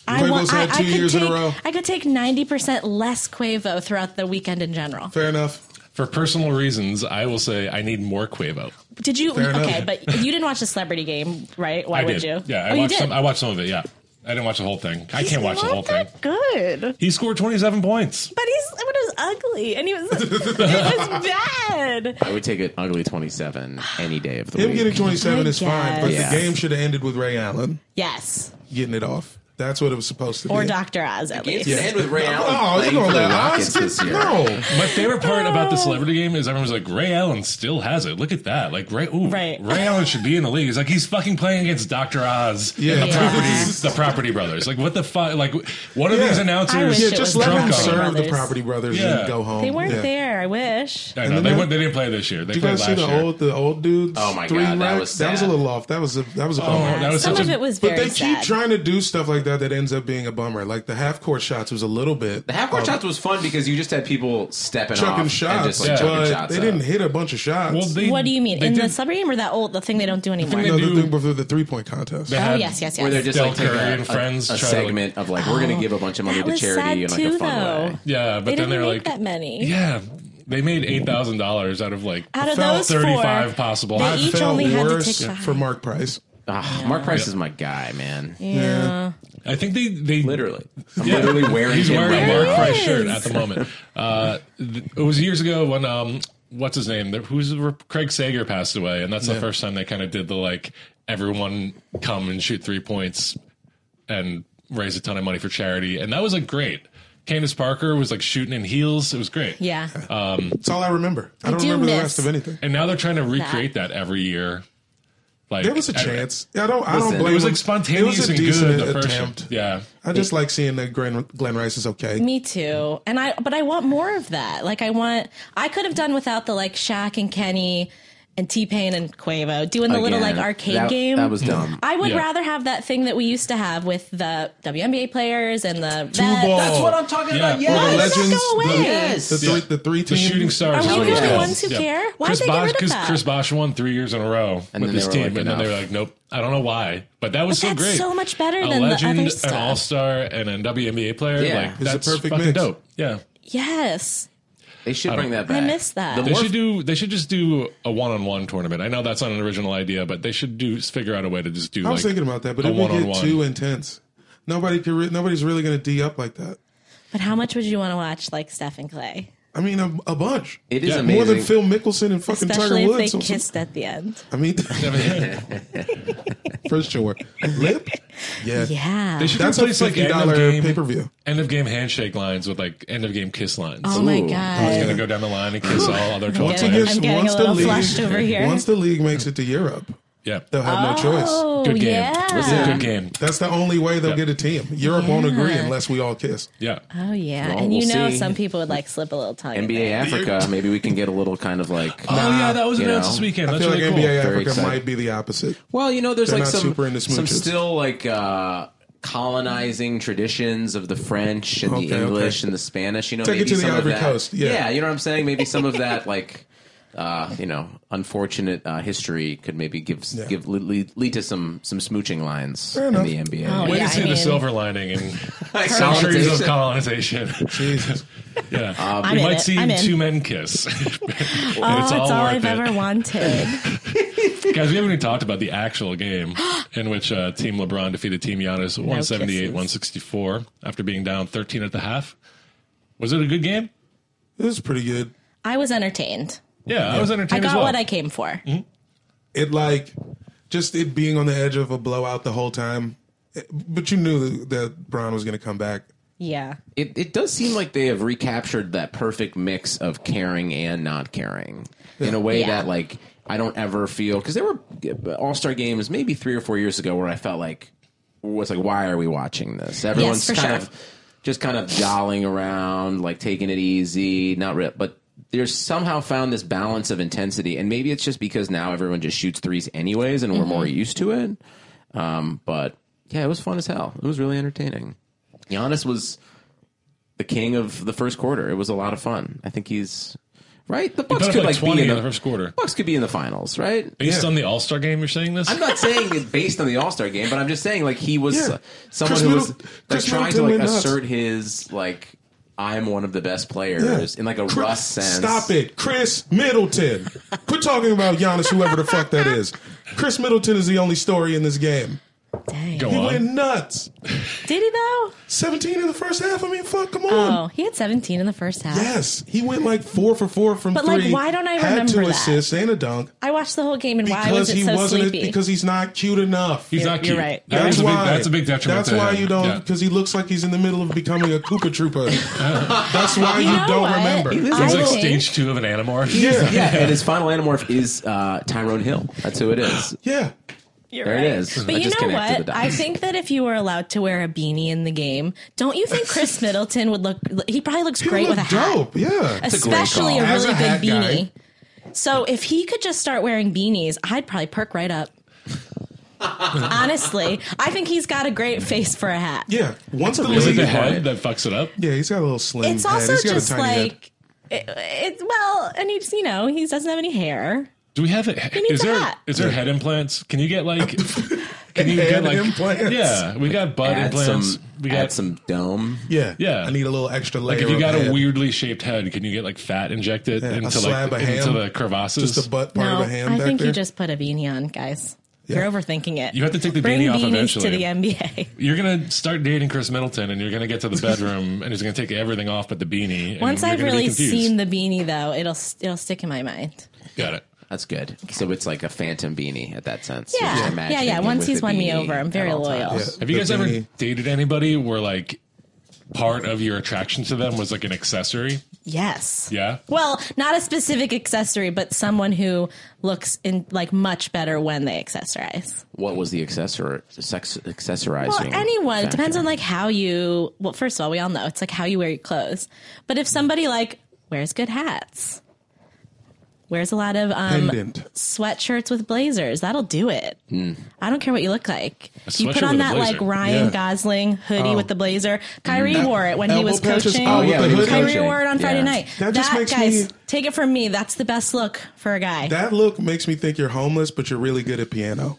Speaker 4: I,
Speaker 1: Quavo's had two
Speaker 4: could
Speaker 1: years in
Speaker 4: take,
Speaker 1: a row.
Speaker 4: I could take 90% less Quavo throughout the weekend in general.
Speaker 1: Fair enough.
Speaker 3: for personal reasons, I will say I need more Quavo.
Speaker 4: Did you?
Speaker 1: Fair enough.
Speaker 4: okay, but you didn't watch the celebrity game, right? Why
Speaker 3: I
Speaker 4: would
Speaker 3: did.
Speaker 4: you?
Speaker 3: Yeah, I
Speaker 4: oh, you
Speaker 3: watched
Speaker 4: did.
Speaker 3: some. I watched some of it. Yeah, I didn't watch the whole thing. I can't watch the
Speaker 4: Not
Speaker 3: whole thing.
Speaker 4: that Good.
Speaker 3: He scored 27 points.
Speaker 4: But he's but it was ugly, and he was it was bad.
Speaker 2: I would take an ugly 27 any day of the
Speaker 1: Him
Speaker 2: week.
Speaker 1: getting 27
Speaker 4: I
Speaker 1: is fine, but
Speaker 2: guess.
Speaker 1: the game should have ended with Ray Allen
Speaker 4: Yes,
Speaker 1: getting it off. That's what it was supposed to
Speaker 4: or
Speaker 1: be.
Speaker 4: Doctor Oz at
Speaker 2: It's
Speaker 4: least.
Speaker 2: gonna end with Ray Allen.
Speaker 1: Oh,
Speaker 2: playing
Speaker 1: you gonna
Speaker 2: for the
Speaker 1: let
Speaker 2: Rockets
Speaker 1: us
Speaker 2: this year.
Speaker 1: No.
Speaker 3: My favorite part about
Speaker 4: Oh.
Speaker 3: the celebrity game is everyone's like, Ray Allen still has it. Look at that. Like, Ray, ooh,
Speaker 4: Right.
Speaker 3: Ray Allen should be in the league. He's like, he's fucking playing against Dr. Oz
Speaker 1: Yeah.
Speaker 3: and the
Speaker 1: Yeah.
Speaker 3: property, the property brothers. Like, what the fuck? Like, what are
Speaker 1: Yeah.
Speaker 3: these
Speaker 4: I wish
Speaker 3: announcers?
Speaker 1: Yeah,
Speaker 4: Shit
Speaker 1: just
Speaker 4: was
Speaker 1: let him
Speaker 3: drunk on
Speaker 1: serve
Speaker 4: Property
Speaker 1: the
Speaker 4: Brothers.
Speaker 1: Property Brothers
Speaker 3: Yeah.
Speaker 1: and go home.
Speaker 4: They weren't
Speaker 1: Yeah.
Speaker 4: there. I wish.
Speaker 3: I
Speaker 1: And
Speaker 3: know, they,
Speaker 1: then-
Speaker 3: went, they didn't play this year. They
Speaker 1: Do you
Speaker 3: played
Speaker 1: guys see
Speaker 3: last
Speaker 1: the
Speaker 3: year.
Speaker 1: old the old dudes?
Speaker 2: Oh my
Speaker 1: three
Speaker 2: God, that
Speaker 1: racks?
Speaker 2: was
Speaker 1: that was a
Speaker 2: sad.
Speaker 1: little off. That was a that was a bummer.
Speaker 3: Oh, that was
Speaker 4: Some
Speaker 3: such
Speaker 4: of
Speaker 3: a-
Speaker 4: it was very
Speaker 1: but they keep
Speaker 4: sad.
Speaker 1: trying to do stuff like that that ends up being a bummer. Like the half court shots was a little bit
Speaker 2: The half court
Speaker 1: um,
Speaker 2: shots was fun because you just had people stepping off
Speaker 1: chucking
Speaker 2: and
Speaker 1: shots,
Speaker 2: just like chucking
Speaker 1: but
Speaker 2: shots.
Speaker 1: they
Speaker 2: up.
Speaker 1: didn't hit a bunch of shots.
Speaker 3: Well, they-
Speaker 4: what do you mean
Speaker 3: they
Speaker 4: in the
Speaker 3: did-
Speaker 4: celebrity game or that old the thing they don't do anymore?
Speaker 3: they
Speaker 1: no,
Speaker 3: do-
Speaker 1: the thing before the three point contest.
Speaker 3: They
Speaker 4: oh
Speaker 3: had-
Speaker 4: yes, yes, yes.
Speaker 2: Where they're just
Speaker 3: Del
Speaker 2: like taking
Speaker 3: Curry
Speaker 2: a,
Speaker 3: and
Speaker 2: a-
Speaker 3: friends
Speaker 2: a,
Speaker 3: try to, like-
Speaker 2: segment of like we're gonna give a bunch of money
Speaker 4: Oh, that
Speaker 2: to
Speaker 4: was
Speaker 2: charity in
Speaker 4: sad
Speaker 2: like a
Speaker 4: too,
Speaker 2: fun
Speaker 4: though.
Speaker 2: way.
Speaker 3: Yeah, but
Speaker 4: They
Speaker 3: then
Speaker 4: didn't
Speaker 3: they were
Speaker 4: make
Speaker 3: like,
Speaker 4: that many.
Speaker 3: Yeah, they made eight thousand dollars out of like
Speaker 4: Out of
Speaker 1: Felt
Speaker 4: those
Speaker 3: thirty-five
Speaker 4: four,
Speaker 3: possible.
Speaker 4: they
Speaker 3: I
Speaker 4: each
Speaker 1: Felt
Speaker 4: only had to
Speaker 1: worse
Speaker 4: take five.
Speaker 1: for Mark Price.
Speaker 2: Ah, Mark Price is my guy, man.
Speaker 4: yeah.
Speaker 3: I think they they
Speaker 2: Literally, I'm literally wearing
Speaker 3: He's
Speaker 2: him
Speaker 3: wearing a
Speaker 2: right
Speaker 3: Mark
Speaker 2: now.
Speaker 3: Price shirt at the moment. Uh, th- it was years ago when um, what's his name? There- Who's the- Craig Sager passed away, and that's the first time they kind of did the like everyone come and shoot three points and raise a ton of money for charity, and that was like great. Candace Parker was like shooting in heels. It was great.
Speaker 4: Yeah.
Speaker 1: That's all I remember. I don't
Speaker 4: do
Speaker 1: remember the
Speaker 4: miss-
Speaker 1: rest of anything.
Speaker 3: And now they're trying to recreate that every year. Like
Speaker 1: There was a
Speaker 3: I-
Speaker 1: chance. I don't. I
Speaker 2: Listen,
Speaker 1: don't blame.
Speaker 3: It was
Speaker 1: him.
Speaker 3: like spontaneous and good the first attempt. Yeah.
Speaker 1: I just like seeing that Glenn, Glenn Rice is okay.
Speaker 4: Me too. And I but I want more of that. Like I want I could have done without the like Shaq and Kenny and T Pain and Quavo doing the little
Speaker 2: Again,
Speaker 4: like arcade
Speaker 2: that-
Speaker 4: game.
Speaker 2: that was dumb.
Speaker 4: I would
Speaker 3: Yeah.
Speaker 4: rather have that thing that we used to have with the WNBA players and the
Speaker 1: Two ball.
Speaker 4: vets.
Speaker 1: That's what I'm
Speaker 3: talking
Speaker 5: about, yes.
Speaker 4: Why
Speaker 1: the
Speaker 4: does that go
Speaker 1: legends,
Speaker 4: away?
Speaker 1: the- The three,
Speaker 3: Yeah.
Speaker 1: the three
Speaker 3: The
Speaker 1: team-
Speaker 3: shooting stars.
Speaker 4: Are
Speaker 3: is
Speaker 4: we
Speaker 3: what it's
Speaker 4: the
Speaker 3: called.
Speaker 4: ones who care? Why'd
Speaker 3: Chris
Speaker 4: they get rid
Speaker 3: Bosh,
Speaker 4: of
Speaker 3: because
Speaker 4: that?
Speaker 3: Chris Bosh won three years in a row
Speaker 2: And
Speaker 3: with
Speaker 2: then they
Speaker 3: this
Speaker 2: were
Speaker 3: team,
Speaker 2: like,
Speaker 3: and then they were
Speaker 2: enough.
Speaker 3: like, "Nope, I don't know why." But that was
Speaker 4: But
Speaker 3: so
Speaker 4: that's
Speaker 3: great.
Speaker 4: so much better
Speaker 3: a
Speaker 4: than the
Speaker 3: legend,
Speaker 4: other
Speaker 3: an
Speaker 4: stuff.
Speaker 3: all star, and an WNBA player.
Speaker 2: Yeah.
Speaker 3: Like
Speaker 2: It's
Speaker 1: the
Speaker 3: that's
Speaker 1: perfect
Speaker 3: fucking
Speaker 1: mix.
Speaker 3: dope. Yeah.
Speaker 4: Yes.
Speaker 2: They should bring that back.
Speaker 4: I missed that.
Speaker 2: The
Speaker 3: They
Speaker 2: more
Speaker 3: should do. They should just do a one-on-one tournament. I know that's not an original idea, but they should do figure out a way to just do.
Speaker 1: I was
Speaker 3: like,
Speaker 1: thinking about that, but
Speaker 3: a
Speaker 1: it would get
Speaker 3: one-on-one.
Speaker 1: too intense. Nobody can. Re- nobody's really going to d up like that.
Speaker 4: But how much would you want to watch like Steph and Clay?
Speaker 1: I mean, a, a bunch.
Speaker 2: It is
Speaker 3: Yeah.
Speaker 2: amazing.
Speaker 1: More than Phil Mickelson and fucking
Speaker 4: Especially
Speaker 1: Tiger
Speaker 4: if
Speaker 1: Woods.
Speaker 4: they
Speaker 1: So- so-
Speaker 4: kissed at the end.
Speaker 1: I mean, for sure. Lip. Yeah.
Speaker 4: Yeah.
Speaker 3: They should
Speaker 1: That's a
Speaker 3: replace like
Speaker 1: fifty
Speaker 3: end of
Speaker 1: dollar
Speaker 3: game
Speaker 1: pay per view.
Speaker 3: end of game handshake lines with like end of game kiss lines.
Speaker 4: oh my
Speaker 2: Ooh.
Speaker 3: He's
Speaker 4: god.
Speaker 3: gonna go down the line and kiss all other twelve
Speaker 4: Once he
Speaker 3: players.
Speaker 4: gets- I'm getting a little flushed over here.
Speaker 1: Once the league makes it to Europe,
Speaker 3: yeah,
Speaker 1: they'll have no choice.
Speaker 4: Oh,
Speaker 3: good game. This is
Speaker 4: yeah.
Speaker 3: a good game.
Speaker 1: That's the only way they'll
Speaker 3: Yeah.
Speaker 1: get a team. Europe won't agree
Speaker 4: Yeah.
Speaker 1: unless we all kiss.
Speaker 3: Yeah,
Speaker 4: Oh yeah,
Speaker 2: Well,
Speaker 4: and you
Speaker 2: we'll
Speaker 4: know
Speaker 2: see.
Speaker 4: some people would like slip a little tongue. in
Speaker 2: NBA
Speaker 4: there.
Speaker 2: Africa, maybe we can get a little kind of like.
Speaker 1: Uh,
Speaker 3: Oh yeah, that was
Speaker 2: you
Speaker 3: announced
Speaker 2: know,
Speaker 3: this weekend.
Speaker 1: I
Speaker 3: That's
Speaker 1: feel
Speaker 3: really
Speaker 1: like
Speaker 3: cool.
Speaker 1: NBA
Speaker 2: Very
Speaker 1: Africa
Speaker 2: excited.
Speaker 1: might be the opposite.
Speaker 2: Well, you know, there's
Speaker 1: They're
Speaker 2: like
Speaker 1: not
Speaker 2: some
Speaker 1: super into
Speaker 2: some
Speaker 1: smooches.
Speaker 2: still like uh, colonizing traditions of the French and
Speaker 1: Okay,
Speaker 2: the
Speaker 1: okay.
Speaker 2: English and the Spanish. You know,
Speaker 1: Take it
Speaker 2: maybe
Speaker 1: to the
Speaker 2: some of
Speaker 1: Ivory
Speaker 2: that,
Speaker 1: Coast, uh, yeah.
Speaker 2: you know what I'm saying. Maybe some of that like. Uh, you know, unfortunate uh, history could maybe give give lead, lead to some some smooching lines in
Speaker 1: enough.
Speaker 2: the NBA.
Speaker 4: Oh, yeah,
Speaker 3: Way to
Speaker 4: I
Speaker 3: see the
Speaker 4: mean-
Speaker 3: silver lining in
Speaker 2: Like,
Speaker 3: centuries of
Speaker 2: colonization.
Speaker 3: colonization.
Speaker 1: Jesus.
Speaker 3: yeah,
Speaker 4: I'm
Speaker 3: you
Speaker 4: in
Speaker 3: might
Speaker 4: it.
Speaker 3: see
Speaker 4: I'm in.
Speaker 3: two men kiss. oh, it's
Speaker 4: Oh, it's all,
Speaker 3: worth
Speaker 4: I've
Speaker 3: it.
Speaker 4: ever wanted.
Speaker 3: Guys, we haven't even talked about the actual game in which uh, Team LeBron defeated Team Giannis 178 164 after being down 13 at the half. Was it a good game?
Speaker 1: This is pretty good.
Speaker 4: I was entertained.
Speaker 3: Yeah, I was
Speaker 4: I
Speaker 3: entertained
Speaker 4: got
Speaker 3: as well.
Speaker 4: what I came for.
Speaker 1: It like Mm-hmm. just it being on the edge of a blowout the whole time, It- but you knew that Brown was going to come back.
Speaker 4: Yeah,
Speaker 2: It, it does seem like they have recaptured that perfect mix of caring and not caring in a way
Speaker 4: Yeah.
Speaker 2: that like I don't ever feel because there were All Star games maybe three or four years ago where I felt like was like why are we watching this? Everyone's
Speaker 4: for
Speaker 2: kind
Speaker 4: sure.
Speaker 2: of just kind of jolling around, like taking it easy, not real, but. There's somehow found this balance of intensity, and maybe it's just because now everyone just shoots threes anyways, and we're more
Speaker 4: Mm-hmm.
Speaker 2: used to it. Um, but yeah, it was fun as hell. It was really entertaining. Giannis was the king of the first quarter. It was a lot of fun. I think he's right. The Bucks
Speaker 3: up
Speaker 2: could
Speaker 3: like
Speaker 2: like be
Speaker 3: 20
Speaker 2: in
Speaker 3: in
Speaker 2: the,
Speaker 3: the first quarter.
Speaker 2: Bucks could be in the finals, right?
Speaker 3: Based on the All Star game, you're saying this?
Speaker 2: I'm not saying it based on the All Star game, but I'm just saying like he was
Speaker 1: Yeah.
Speaker 2: uh, someone
Speaker 1: Chris
Speaker 2: who was
Speaker 1: Middleton-
Speaker 2: like,
Speaker 1: Chris
Speaker 2: trying to
Speaker 1: Middleton
Speaker 2: like
Speaker 1: went nuts.
Speaker 2: assert his like I'm one of the best players in like a
Speaker 1: Chris-
Speaker 2: Russ sense.
Speaker 1: Stop it, Chris Middleton. Quit talking about Giannis, whoever the fuck that is. Chris Middleton is the only story in this game.
Speaker 4: dang.
Speaker 3: Go
Speaker 1: He
Speaker 3: on.
Speaker 1: went nuts.
Speaker 4: Did he though?
Speaker 1: 17 in the first half. I mean, fuck, come on.
Speaker 4: Oh, he had 17 in the first half.
Speaker 1: Yes, he went like four for four from
Speaker 4: But, like,
Speaker 1: three.
Speaker 4: why don't I
Speaker 1: had
Speaker 4: remember
Speaker 1: two
Speaker 4: that?
Speaker 1: assists and a dunk
Speaker 4: I watched the whole game, and
Speaker 1: because
Speaker 4: why was it
Speaker 1: he
Speaker 4: so
Speaker 1: wasn't
Speaker 4: sleepy?
Speaker 1: because he's not cute enough.
Speaker 3: He's not
Speaker 4: You're
Speaker 3: cute.
Speaker 4: right.
Speaker 3: That
Speaker 1: that's
Speaker 3: was a big,
Speaker 1: why.
Speaker 3: that's a big detriment.
Speaker 1: That's
Speaker 3: to
Speaker 1: why
Speaker 3: him.
Speaker 1: you don't,
Speaker 3: Yeah.
Speaker 1: because he looks like he's in the middle of becoming a Koopa Troopa. that's why you,
Speaker 4: know
Speaker 1: don't
Speaker 4: what?
Speaker 1: remember.
Speaker 4: He
Speaker 3: It's
Speaker 4: I
Speaker 3: like
Speaker 4: think-
Speaker 3: stage two of an Animorph.
Speaker 1: Yeah,
Speaker 2: Yeah, and his final anamorph is uh, Tyrone Hill. That's who it is.
Speaker 1: yeah.
Speaker 4: You're
Speaker 2: There it is.
Speaker 4: But
Speaker 2: I
Speaker 4: you
Speaker 2: just
Speaker 4: know
Speaker 2: connected
Speaker 4: what?
Speaker 2: the
Speaker 4: I
Speaker 2: dots.
Speaker 4: think that if you were allowed to wear a beanie in the game, don't you think Chris Middleton would look? He probably looks
Speaker 1: He
Speaker 4: great with a
Speaker 1: looked
Speaker 4: hat.
Speaker 1: dope. Yeah,
Speaker 2: a great
Speaker 4: especially
Speaker 2: call.
Speaker 4: a
Speaker 1: As
Speaker 4: really
Speaker 1: a hat
Speaker 4: big
Speaker 1: guy.
Speaker 4: beanie. So if he could just start wearing beanies, I'd probably perk right up. Honestly, I think he's got a great face for a hat.
Speaker 1: yeah. Once the
Speaker 3: Is it
Speaker 1: league,
Speaker 3: the head that fucks it up?
Speaker 1: yeah, he's got a little slim.
Speaker 4: It's
Speaker 1: head.
Speaker 4: also
Speaker 1: He's got a
Speaker 4: just
Speaker 1: tiny head.
Speaker 4: like it, it's well, and he's you know he doesn't have any hair.
Speaker 3: Do we have it?
Speaker 4: needs
Speaker 3: Is
Speaker 4: a
Speaker 3: there
Speaker 4: hat.
Speaker 3: is there head implants? Can you get like? Can you
Speaker 1: Head
Speaker 3: get like
Speaker 1: implants.
Speaker 3: Yeah, we got butt
Speaker 2: add
Speaker 3: implants.
Speaker 2: some,
Speaker 3: we
Speaker 2: add
Speaker 3: got
Speaker 2: some dome.
Speaker 1: Yeah.
Speaker 3: Yeah.
Speaker 1: I need a little extra layer.
Speaker 3: Like if you
Speaker 1: of
Speaker 3: got
Speaker 1: head.
Speaker 3: a weirdly shaped head, can you get like fat injected
Speaker 1: a
Speaker 3: into
Speaker 1: slab
Speaker 3: like
Speaker 1: of
Speaker 3: into
Speaker 1: ham,
Speaker 3: the crevasses?
Speaker 1: just a butt part
Speaker 4: no,
Speaker 1: of a hand
Speaker 4: I
Speaker 1: back
Speaker 4: think
Speaker 1: there.
Speaker 4: you just put a beanie on, guys. You're overthinking it.
Speaker 3: You have to take the
Speaker 4: Bring
Speaker 3: beanie off
Speaker 4: beanies
Speaker 3: eventually.
Speaker 4: to the NBA.
Speaker 3: You're gonna start dating Chris Middleton, and you're gonna get to the bedroom, and he's gonna take everything off but the beanie. and
Speaker 4: Once
Speaker 3: you're
Speaker 4: I've
Speaker 3: gonna be
Speaker 4: really
Speaker 3: confused.
Speaker 4: seen the beanie, though, it'll it'll stick in my mind.
Speaker 3: got it.
Speaker 2: That's good. So it's like a phantom beanie at that sense.
Speaker 4: Yeah.
Speaker 2: You're just
Speaker 4: Yeah.
Speaker 2: imagining
Speaker 4: Yeah, yeah.
Speaker 2: him
Speaker 4: Once
Speaker 2: with
Speaker 4: he's
Speaker 2: the
Speaker 4: won me
Speaker 2: beanie
Speaker 4: over, I'm
Speaker 2: at
Speaker 4: very
Speaker 2: all
Speaker 4: loyal.
Speaker 2: times.
Speaker 3: Have you
Speaker 1: The
Speaker 3: guys ever
Speaker 1: beanie.
Speaker 3: dated anybody where like part of your attraction to them was like an accessory?
Speaker 4: Yes.
Speaker 3: Yeah?
Speaker 4: Well, not a specific accessory, but someone who looks in like much better when they accessorize.
Speaker 2: What was the accessor sex accessorizing?
Speaker 4: Well, anyone it
Speaker 2: factor?
Speaker 4: depends on like how you. Well, first of all, we all know it's like how you wear your clothes. But if somebody like wears good hats, wears a lot of um,
Speaker 1: Pendant.
Speaker 4: sweatshirts with blazers, that'll do it. I don't care what you look like.
Speaker 3: Hmm. A
Speaker 4: You put
Speaker 3: sweatshirt
Speaker 4: on
Speaker 3: with a
Speaker 4: that like
Speaker 3: blazer. Oh.
Speaker 4: Ryan
Speaker 1: Yeah. Mm.
Speaker 4: Gosling hoodie with the blazer. Kyrie wore it when he
Speaker 1: Elbow
Speaker 4: was
Speaker 1: patches?
Speaker 4: coaching.
Speaker 1: Oh,
Speaker 2: yeah, he was
Speaker 4: Kyrie
Speaker 2: coaching.
Speaker 4: wore it on
Speaker 2: Yeah.
Speaker 4: Friday night.
Speaker 1: That just makes
Speaker 4: guys,
Speaker 1: me-
Speaker 4: take it from me. That's the best look for a guy,
Speaker 1: That look makes me think you're homeless, but you're really good at piano.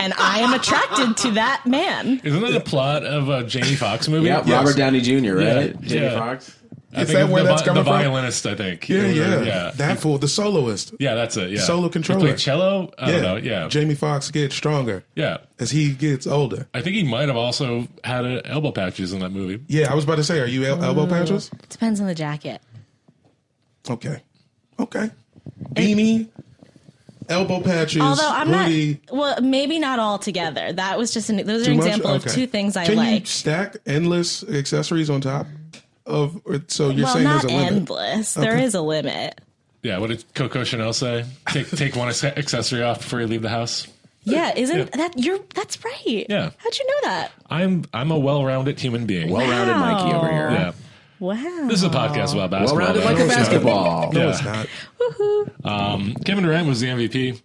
Speaker 4: and I am attracted to that man.
Speaker 3: Isn't that a plot of a Jamie Foxx movie?
Speaker 2: yeah, Robert Downey Jr. Right?
Speaker 3: Yeah.
Speaker 2: Jamie
Speaker 3: Yeah.
Speaker 2: Foxx.
Speaker 3: I
Speaker 1: Is
Speaker 3: think
Speaker 1: that
Speaker 3: it's
Speaker 1: where
Speaker 3: the,
Speaker 1: that's
Speaker 3: vi-
Speaker 1: coming
Speaker 3: the
Speaker 1: from?
Speaker 3: violinist, I think.
Speaker 1: Yeah, yeah,
Speaker 3: yeah.
Speaker 1: That fool, the soloist.
Speaker 3: Yeah, that's it. Yeah,
Speaker 1: Solo
Speaker 3: He
Speaker 1: controller.
Speaker 3: played cello. I don't know. Yeah,
Speaker 1: Jamie Foxx gets stronger
Speaker 3: yeah.
Speaker 1: as he gets older.
Speaker 3: I think he might have also had uh elbow patches in that movie.
Speaker 1: Yeah, I was about to say, are you el- elbow patches?
Speaker 4: Mm, Depends on the jacket.
Speaker 1: Okay, okay. Beanie, elbow patches,
Speaker 4: Although I'm
Speaker 1: hoodie.
Speaker 4: not, well, maybe not all together. That was just an. Those are
Speaker 1: Too
Speaker 4: an
Speaker 1: much?
Speaker 4: example of
Speaker 1: Okay.
Speaker 4: two things I
Speaker 1: Can
Speaker 4: like.
Speaker 1: you stack endless accessories on top of? Or, so you're
Speaker 4: well,
Speaker 1: saying there's
Speaker 4: not
Speaker 1: a limit?
Speaker 4: endless. There is a limit.
Speaker 3: Yeah, what did Coco Chanel say? Take take one acce- accessory off before you leave the house.
Speaker 4: Yeah, isn't that you're? That's right.
Speaker 3: Yeah.
Speaker 4: How'd you know that?
Speaker 3: I'm I'm a well-rounded human being.
Speaker 2: Well-rounded Mikey over here.
Speaker 3: yeah.
Speaker 4: Wow.
Speaker 3: This is a podcast about basketball.
Speaker 2: Well-rounded
Speaker 3: man.
Speaker 2: like a basketball.
Speaker 1: No,
Speaker 3: Yeah.
Speaker 1: it's not.
Speaker 3: Kevin Durant was the MVP.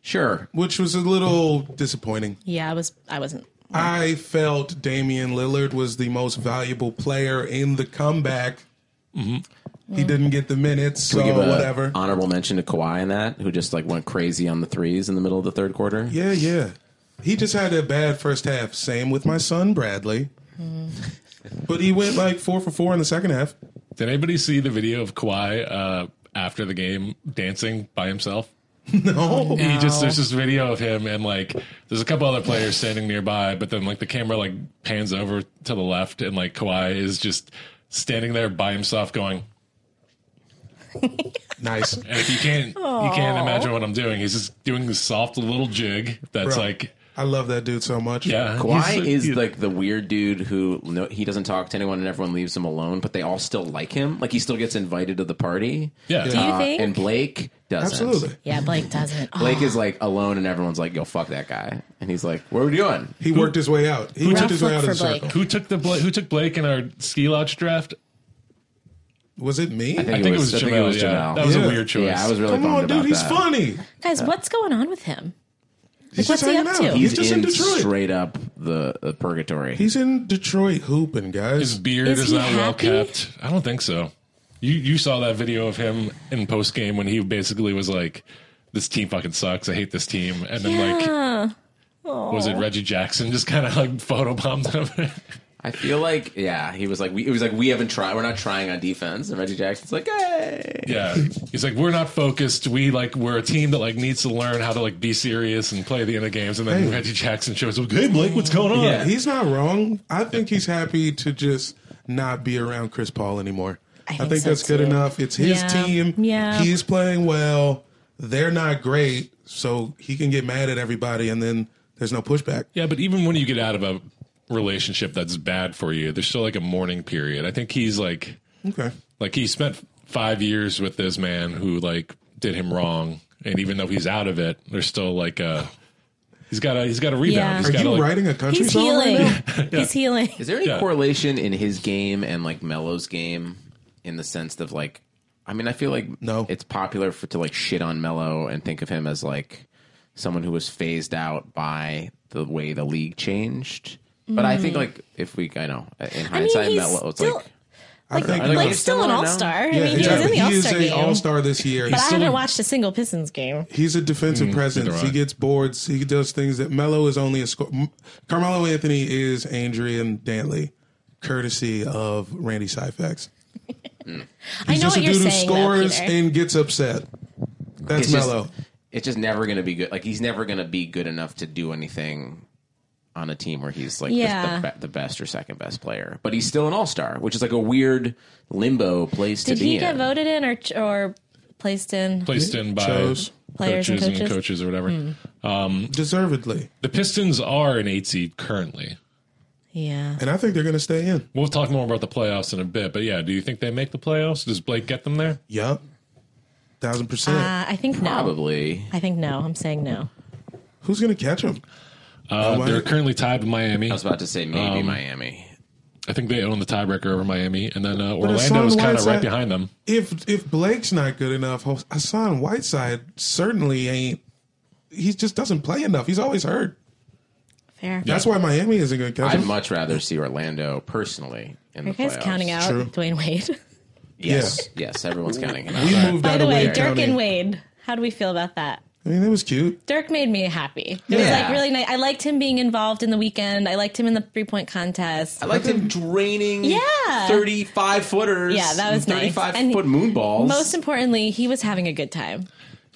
Speaker 2: Sure.
Speaker 1: Which was a little disappointing.
Speaker 4: yeah, I was. I wasn't.
Speaker 1: I felt Damian Lillard was the most valuable player in the comeback. He didn't get the minutes, so
Speaker 2: Give a
Speaker 1: whatever.
Speaker 2: Honorable mention to Kawhi in that, who just like went crazy on the threes in the middle of the third quarter.
Speaker 1: yeah, yeah. He just had a bad first half. Same with my son Bradley.
Speaker 4: Mm-hmm.
Speaker 1: but he went like four for four in the second half.
Speaker 3: Did anybody see the video of Kawhi uh, after the game dancing by himself?
Speaker 1: No,
Speaker 3: He just there's this video of him and like there's a couple other players standing nearby, but then like the camera like pans over to the left and like Kawhi is just standing there by himself going.
Speaker 1: nice.
Speaker 3: And if you can't you can't imagine what I'm doing, he's just doing this soft little jig that's
Speaker 1: Bro,
Speaker 3: like
Speaker 1: I love that dude so much.
Speaker 3: yeah.
Speaker 2: Kawhi
Speaker 3: he's-
Speaker 2: is
Speaker 3: he's-
Speaker 2: like the weird dude who no, he doesn't talk to anyone and everyone leaves him alone, but they all still like him. Like he still gets invited to the party. Uh,
Speaker 3: yeah.
Speaker 4: Do you think?
Speaker 2: And Blake doesn't.
Speaker 1: absolutely.
Speaker 4: yeah, Blake doesn't. Oh,
Speaker 2: Blake is like alone and everyone's like, yo, fuck that guy. And he's like, what are we doing?
Speaker 1: He worked his way out. He worked
Speaker 4: Ralph
Speaker 1: his way
Speaker 4: looked
Speaker 1: out of the
Speaker 4: for Blake.
Speaker 1: circle.
Speaker 3: Who took the Bla- who took Blake in our ski lodge draft?
Speaker 1: Was it me?
Speaker 3: I think it was,
Speaker 2: I
Speaker 3: Jamel.
Speaker 2: think it was
Speaker 3: yeah.
Speaker 2: Jamel.
Speaker 3: That was
Speaker 1: Yeah.
Speaker 3: a weird choice.
Speaker 2: Yeah, I was really
Speaker 1: Come
Speaker 2: bummed
Speaker 1: on,
Speaker 2: about
Speaker 1: dude. He's
Speaker 2: that.
Speaker 1: funny.
Speaker 4: guys, what's going on with him?
Speaker 1: He's
Speaker 4: What's
Speaker 1: just
Speaker 4: he
Speaker 1: hanging
Speaker 4: up
Speaker 1: out.
Speaker 4: to?
Speaker 1: He's,
Speaker 2: He's,
Speaker 1: just in, Detroit.
Speaker 2: straight up the, the purgatory.
Speaker 1: He's in Detroit hooping,
Speaker 3: His
Speaker 1: guys.
Speaker 3: beard
Speaker 4: Is
Speaker 3: is,
Speaker 4: he
Speaker 3: not well
Speaker 4: happy?
Speaker 3: kept. I don't think so. You you saw that video of him in post game when he basically was like, "This team fucking sucks. I hate this team." And then like, was it Reggie Jackson just kind of like photobombed him?
Speaker 2: I feel like, yeah, he was like, we, it was like, we haven't tried, we're not trying on defense. And Reggie Jackson's like, hey.
Speaker 3: yeah, he's like, "We're not focused. We like we're a team that like needs to learn how to like be serious and play the end of games." And then
Speaker 1: Hey.
Speaker 3: Reggie Jackson shows up. Hey Blake, what's going on?
Speaker 2: Yeah.
Speaker 1: He's not wrong. I think he's happy to just not be around Chris Paul anymore. I
Speaker 4: I
Speaker 1: think,
Speaker 4: think so,
Speaker 1: that's good
Speaker 4: too.
Speaker 1: enough. It's his
Speaker 4: Yeah.
Speaker 1: team.
Speaker 4: Yeah.
Speaker 1: He's playing well. They're not great, so he can get mad at everybody and then there's no pushback.
Speaker 3: Yeah, but even when you get out of a relationship that's bad for you, there's still like a mourning period. I think he's like.
Speaker 1: Okay.
Speaker 3: like he spent five years with this man who like did him wrong and even though he's out of it there's still like a he's got a he's got a rebound
Speaker 4: Yeah.
Speaker 3: he's
Speaker 1: Are
Speaker 3: got
Speaker 1: you
Speaker 3: like,
Speaker 1: writing a country
Speaker 4: He's
Speaker 1: song? right
Speaker 4: healing.
Speaker 1: now?
Speaker 4: He's healing.
Speaker 2: Is there any
Speaker 3: Yeah.
Speaker 2: correlation in his game and like Melo's game in the sense of like, I mean, I feel like
Speaker 1: No.
Speaker 2: it's popular for to like shit on Melo and think of him as like someone who was phased out by the way the league changed. But I think like if we, I know in
Speaker 4: Mm-hmm. I mean,
Speaker 2: hindsight,
Speaker 4: he's
Speaker 2: Melo it's
Speaker 4: still.
Speaker 2: like
Speaker 1: I think
Speaker 2: Like,
Speaker 4: Blake's
Speaker 2: he's
Speaker 4: still
Speaker 2: still
Speaker 4: an
Speaker 2: on now.
Speaker 4: all star. I
Speaker 1: Yeah,
Speaker 4: mean,
Speaker 1: exactly.
Speaker 4: he's in
Speaker 1: He
Speaker 4: the
Speaker 1: is a
Speaker 4: all star game.
Speaker 1: all-star this year.
Speaker 4: but
Speaker 1: He's
Speaker 4: I
Speaker 1: still-
Speaker 4: haven't watched a single Pistons game.
Speaker 1: He's a defensive presence.
Speaker 3: neither
Speaker 1: He
Speaker 3: I.
Speaker 1: gets boards. He does things that Melo is only a score. M- Carmelo Anthony is Adrian Dantley, courtesy of Randy Syfax.
Speaker 4: I know
Speaker 1: Just a
Speaker 4: what you're
Speaker 1: dude who
Speaker 4: saying. Though,
Speaker 1: scores
Speaker 4: Peter.
Speaker 1: and gets upset. That's
Speaker 2: it's just,
Speaker 1: Melo.
Speaker 2: it's just never going to be good. Like he's never going to be good enough to do anything on a team where he's like
Speaker 4: Yeah.
Speaker 2: the, the, be- the best or second best player. But he's still an all star, which is like a weird limbo place
Speaker 4: Did
Speaker 2: to be
Speaker 4: he get
Speaker 2: in.
Speaker 4: voted in or or placed in?
Speaker 3: placed in by
Speaker 1: Chose.
Speaker 4: Players and
Speaker 3: coaches and
Speaker 4: coaches? Hmm.
Speaker 3: coaches or whatever
Speaker 1: Deservedly.
Speaker 3: the pistons are an eight seed currently
Speaker 4: Yeah.
Speaker 1: And I think they're going to stay in.
Speaker 3: We'll talk more about the playoffs in a bit, but yeah, do you think they make the playoffs? Does Blake get them there?
Speaker 1: Yup. Thousand percent.
Speaker 4: Uh, I think no.
Speaker 2: Probably.
Speaker 4: I think no. I'm saying no.
Speaker 1: Who's going to catch them?
Speaker 3: Uh,
Speaker 1: Miami.
Speaker 3: they're currently tied with Miami.
Speaker 2: I was about to say maybe
Speaker 1: Um,
Speaker 2: Miami.
Speaker 3: I think they own the tiebreaker over Miami, and then uh,
Speaker 1: But Hassan
Speaker 3: Orlando is kind of
Speaker 1: Whiteside-
Speaker 3: right behind them.
Speaker 1: If if Blake's not good enough, Hassan Whiteside certainly ain't. He just doesn't play enough. He's always hurt.
Speaker 4: Fair.
Speaker 1: That's why Miami isn't going to catch
Speaker 2: I'd
Speaker 1: him.
Speaker 2: much rather see Orlando personally in
Speaker 4: Are you
Speaker 2: the
Speaker 4: guys
Speaker 2: playoffs.
Speaker 4: counting out
Speaker 1: True.
Speaker 4: Dwayne Wade?
Speaker 2: Yes, yes, everyone's counting. Him out.
Speaker 1: We moved
Speaker 4: By
Speaker 1: out
Speaker 4: the
Speaker 1: of
Speaker 4: way,
Speaker 1: Wade
Speaker 4: Dirk
Speaker 1: County.
Speaker 4: and Wade. How do we feel about that?
Speaker 1: I mean, it was cute.
Speaker 4: Dirk made me happy. It was
Speaker 2: Yeah.
Speaker 4: like really nice. I liked him being involved in the weekend. I liked him in the three point contest.
Speaker 2: I liked him draining
Speaker 4: Yeah.
Speaker 2: 35 footers.
Speaker 4: Yeah, that was nice.
Speaker 2: 35
Speaker 4: And
Speaker 2: foot moon balls.
Speaker 4: Most importantly, he was having a good time.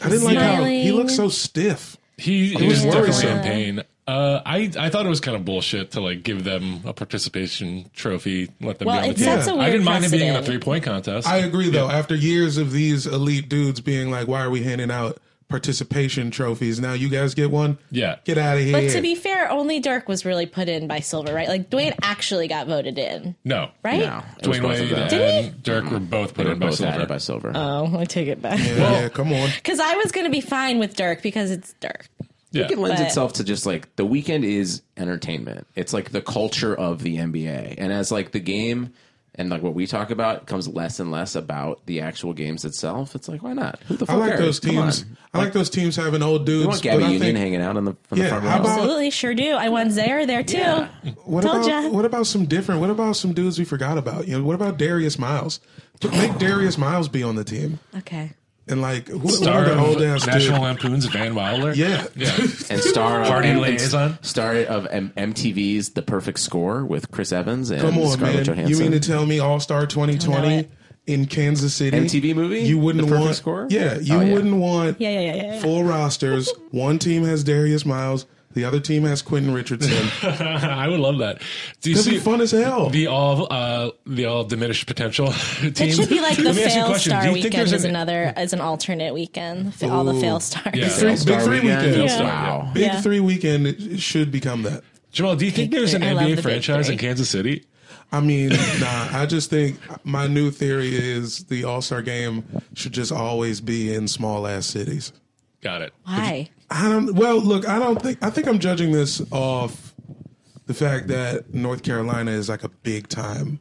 Speaker 1: I didn't like how he
Speaker 4: Smiling.
Speaker 1: looked so stiff.
Speaker 3: He, he
Speaker 1: was
Speaker 3: was definitely
Speaker 1: worrisome.
Speaker 3: in pain. Uh, I I thought it was kind of bullshit to like give them a participation trophy, let them
Speaker 4: Well,
Speaker 3: be on
Speaker 4: it
Speaker 3: the team.
Speaker 4: sets a
Speaker 3: I
Speaker 4: weird
Speaker 3: didn't mind him being in a
Speaker 4: precedent.
Speaker 3: three point contest.
Speaker 1: I agree, though. After years of these elite dudes being like, "Why are we handing out participation trophies? Now you guys get one.
Speaker 3: Yeah.
Speaker 1: get out of here."
Speaker 4: But to be fair, only Dirk was really put in by Silver, right? Like Dwayne actually got voted in,
Speaker 3: no,
Speaker 4: right?
Speaker 2: no, it was
Speaker 3: Dwayne
Speaker 2: both of
Speaker 3: Wade
Speaker 2: them.
Speaker 3: and Dirk were both
Speaker 2: They
Speaker 3: put
Speaker 2: were
Speaker 3: in by
Speaker 2: both added by
Speaker 3: Silver.
Speaker 2: silver.
Speaker 4: Oh, I take it back.
Speaker 1: yeah, yeah, come on.
Speaker 4: Because I was going to be fine with Dirk because it's Dirk.
Speaker 3: Yeah.
Speaker 2: it lends
Speaker 4: But-
Speaker 2: itself to just like the weekend is entertainment. It's like the culture of the NBA, and as like the game and like what we talk about comes less and less about the actual games itself. It's like why not? Who the
Speaker 1: I
Speaker 2: fuck
Speaker 1: like
Speaker 2: cares?
Speaker 1: those
Speaker 2: Come
Speaker 1: teams.
Speaker 2: on.
Speaker 1: I like those teams having old
Speaker 2: We
Speaker 1: dudes.
Speaker 2: want
Speaker 1: But
Speaker 2: Gabby
Speaker 1: I
Speaker 2: Union
Speaker 1: think,
Speaker 2: hanging out on the, on
Speaker 1: Yeah,
Speaker 2: the front
Speaker 1: how
Speaker 2: row.
Speaker 1: about-
Speaker 4: Absolutely, sure do. I want Zaire there too.
Speaker 2: Yeah.
Speaker 1: what
Speaker 4: Told
Speaker 1: about
Speaker 4: ya.
Speaker 1: what about some different? What about some dudes we forgot about? You know, what about Darius Miles? Put- Make Darius Miles be on the team
Speaker 4: Okay.
Speaker 1: and like what, what
Speaker 3: Star
Speaker 1: are the
Speaker 3: of
Speaker 1: old ass
Speaker 3: National
Speaker 1: dudes?
Speaker 3: Lampoon's Van Wilder.
Speaker 1: Yeah,
Speaker 2: and star of
Speaker 3: Party
Speaker 2: and-
Speaker 3: liaison.
Speaker 2: star of M- MTV's The Perfect Score with Chris Evans and
Speaker 1: come on, man.
Speaker 2: Scarlett Johansson.
Speaker 1: You mean to tell me All Star Twenty
Speaker 4: Don't know
Speaker 1: Twenty
Speaker 4: it.
Speaker 1: in Kansas City
Speaker 2: MTV movie?
Speaker 1: You wouldn't
Speaker 2: The Perfect
Speaker 1: want
Speaker 2: Score?
Speaker 1: Yeah, you
Speaker 2: Oh, yeah.
Speaker 1: wouldn't want
Speaker 4: Yeah, yeah, yeah, yeah, yeah.
Speaker 1: full rosters. One team has Darius Miles. The other team has Quentin Richardson.
Speaker 3: I would love that. Do you
Speaker 1: That'd
Speaker 3: see
Speaker 1: be fun as hell.
Speaker 3: the all uh, the all diminished potential teams?
Speaker 4: It should be like the
Speaker 3: Let me ask you a
Speaker 4: fail
Speaker 3: question.
Speaker 4: star
Speaker 3: Do you think
Speaker 4: weekend
Speaker 3: there's
Speaker 4: is
Speaker 3: an-
Speaker 4: another is an alternate weekend. Fa- All the fail stars.
Speaker 3: Yeah.
Speaker 1: Big three,
Speaker 2: Star
Speaker 1: Big Three
Speaker 2: Weekend?
Speaker 1: weekend.
Speaker 4: Yeah.
Speaker 2: Wow.
Speaker 1: Big
Speaker 4: Yeah.
Speaker 1: Three weekend it should become that.
Speaker 3: Jamal, do you think there's an
Speaker 4: I love the
Speaker 3: NBA
Speaker 4: big
Speaker 3: franchise in
Speaker 4: three.
Speaker 3: Kansas City?
Speaker 1: I mean, nah. I just think my new theory is the All Star Game should just always be in small ass cities.
Speaker 3: Got it.
Speaker 4: Why?
Speaker 1: I don't. Well, look, I don't think. I think I'm judging this off the fact that North Carolina is like a big time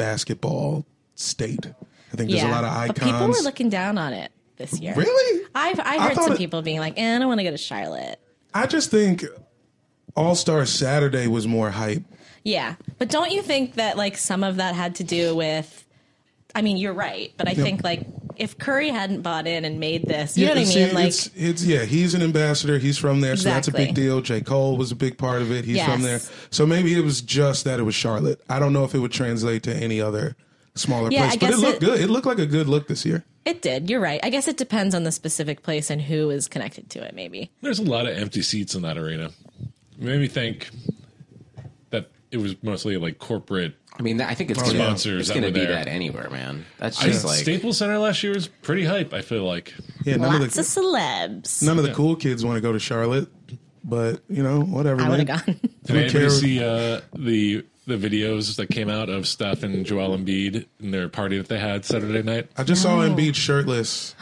Speaker 1: basketball state. I think there's a lot of
Speaker 4: But
Speaker 1: icons.
Speaker 4: people were looking down on it this year.
Speaker 1: really?
Speaker 4: I've I
Speaker 1: I
Speaker 4: heard
Speaker 1: thought
Speaker 4: some
Speaker 1: it-
Speaker 4: people being like, eh, I don't want to go to Charlotte.
Speaker 1: I just think All Star Saturday was more hype.
Speaker 4: Yeah. But don't you think that like some of that had to do with I mean, you're right, but I think like if Curry hadn't bought in and made this, you know what I
Speaker 1: see,
Speaker 4: mean? Like
Speaker 1: it's, it's yeah. He's an ambassador. He's from there, so that's a big
Speaker 4: Exactly.
Speaker 1: deal. J. Cole was a big part of it. He's
Speaker 4: Yes.
Speaker 1: from there, so maybe it was just that it was Charlotte. I don't know if it would translate to any other smaller
Speaker 4: Yeah,
Speaker 1: place,
Speaker 4: I
Speaker 1: but it
Speaker 4: guess
Speaker 1: looked
Speaker 4: it-
Speaker 1: good. It looked like a good look this year.
Speaker 4: it did. You're right. I guess it depends on the specific place and who is connected to it, maybe.
Speaker 3: There's a lot of empty seats in that arena. It made me think that it was mostly like corporate.
Speaker 2: I mean, I think it's
Speaker 1: Oh,
Speaker 3: yeah.
Speaker 2: gonna,
Speaker 3: Sponsors
Speaker 2: It's
Speaker 3: that
Speaker 2: going to
Speaker 3: were
Speaker 2: be
Speaker 3: there.
Speaker 2: that anywhere, man. That's
Speaker 3: I,
Speaker 2: just like
Speaker 3: Staples Center last year was pretty hype. I feel like
Speaker 1: Yeah, none of
Speaker 4: Lots
Speaker 1: the
Speaker 4: of celebs.
Speaker 1: none of the cool kids want to go to Charlotte, but you know whatever.
Speaker 4: I would
Speaker 1: man.
Speaker 4: have gone.
Speaker 3: did anybody
Speaker 1: care.
Speaker 3: see uh, the the videos that came out of Steph and Joel Embiid and their party that they had Saturday night?
Speaker 1: I just saw Embiid shirtless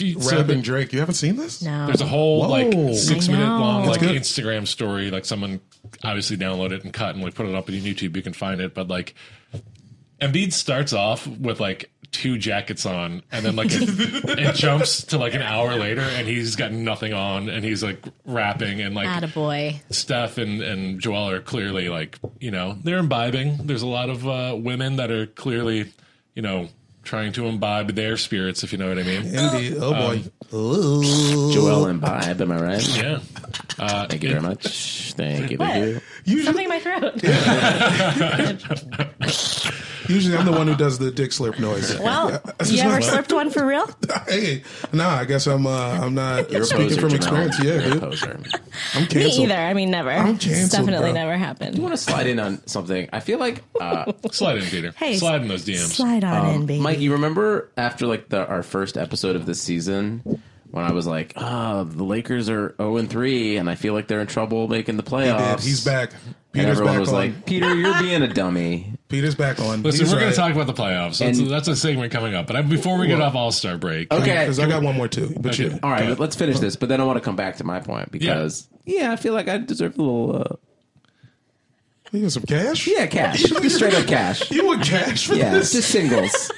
Speaker 3: you so
Speaker 1: rapping
Speaker 3: the-
Speaker 1: Drake. You haven't seen this?
Speaker 4: No.
Speaker 3: There's a whole
Speaker 1: Whoa. I
Speaker 3: like six minute
Speaker 4: know.
Speaker 3: long
Speaker 4: That's
Speaker 3: like
Speaker 1: good.
Speaker 3: Instagram story. Like someone obviously downloaded it and cut and like put it up on YouTube. You can find it, but like Embiid starts off with like two jackets on, and then like it, it jumps to like an hour later, and he's got nothing on, and he's like rapping, and like
Speaker 4: Attaboy.
Speaker 3: Steph and and Joel are clearly like you know they're imbibing. There's a lot of uh, women that are clearly you know Oh, trying to imbibe their spirits, if you know what I mean.
Speaker 1: Embiid. Oh boy.
Speaker 3: Um,
Speaker 2: Joel and Vibe. Am I right?
Speaker 3: Yeah.
Speaker 1: Uh,
Speaker 2: Thank you very much. Thank you. Thank you.
Speaker 4: Something in my throat.
Speaker 1: Usually, I'm the one who does the dick slurp noise.
Speaker 4: Well, you ever slurped one for real?
Speaker 1: hey, nah, I guess I'm uh, I'm not
Speaker 2: You're a
Speaker 1: speaking
Speaker 2: poser,
Speaker 1: from
Speaker 2: Jamal.
Speaker 1: experience. Yeah,
Speaker 2: You're a
Speaker 1: dude.
Speaker 2: poser.
Speaker 1: I'm
Speaker 4: Me
Speaker 1: canceled.
Speaker 4: either. I mean, never.
Speaker 1: I'm canceled,
Speaker 4: Definitely
Speaker 1: bro.
Speaker 4: never
Speaker 2: I
Speaker 4: happened.
Speaker 2: want to slide in on something. I feel like uh,
Speaker 3: Slide in, Peter.
Speaker 4: Hey,
Speaker 3: slide in those DMs.
Speaker 4: Slide on
Speaker 1: Um,
Speaker 4: in, baby.
Speaker 2: Mike, you remember after like the our first episode of this season when I was like, "Oh, "Ah, the Lakers are 0 and 3 and I feel like they're in trouble making the
Speaker 1: He did.
Speaker 2: playoffs."
Speaker 1: He's back.
Speaker 2: and
Speaker 1: Peter's
Speaker 2: everyone
Speaker 1: back
Speaker 2: was
Speaker 1: on.
Speaker 2: like, "Peter, you're being a dummy."
Speaker 1: Peter's back on.
Speaker 3: Listen,
Speaker 1: He's
Speaker 3: we're going
Speaker 1: right.
Speaker 3: to talk about the playoffs. That's,
Speaker 2: And-
Speaker 3: that's a segment coming up. But I, before we get off All Star break,
Speaker 2: Okay.
Speaker 1: because I got one more too. But
Speaker 3: Okay.
Speaker 1: you,
Speaker 2: All right, let's finish this, but then I want to come back to my point because yeah, I feel like I deserve a little uh,
Speaker 1: you got some cash?
Speaker 2: yeah cash, Just straight up cash.
Speaker 1: You want cash for
Speaker 2: Yeah,
Speaker 1: this?
Speaker 2: just singles.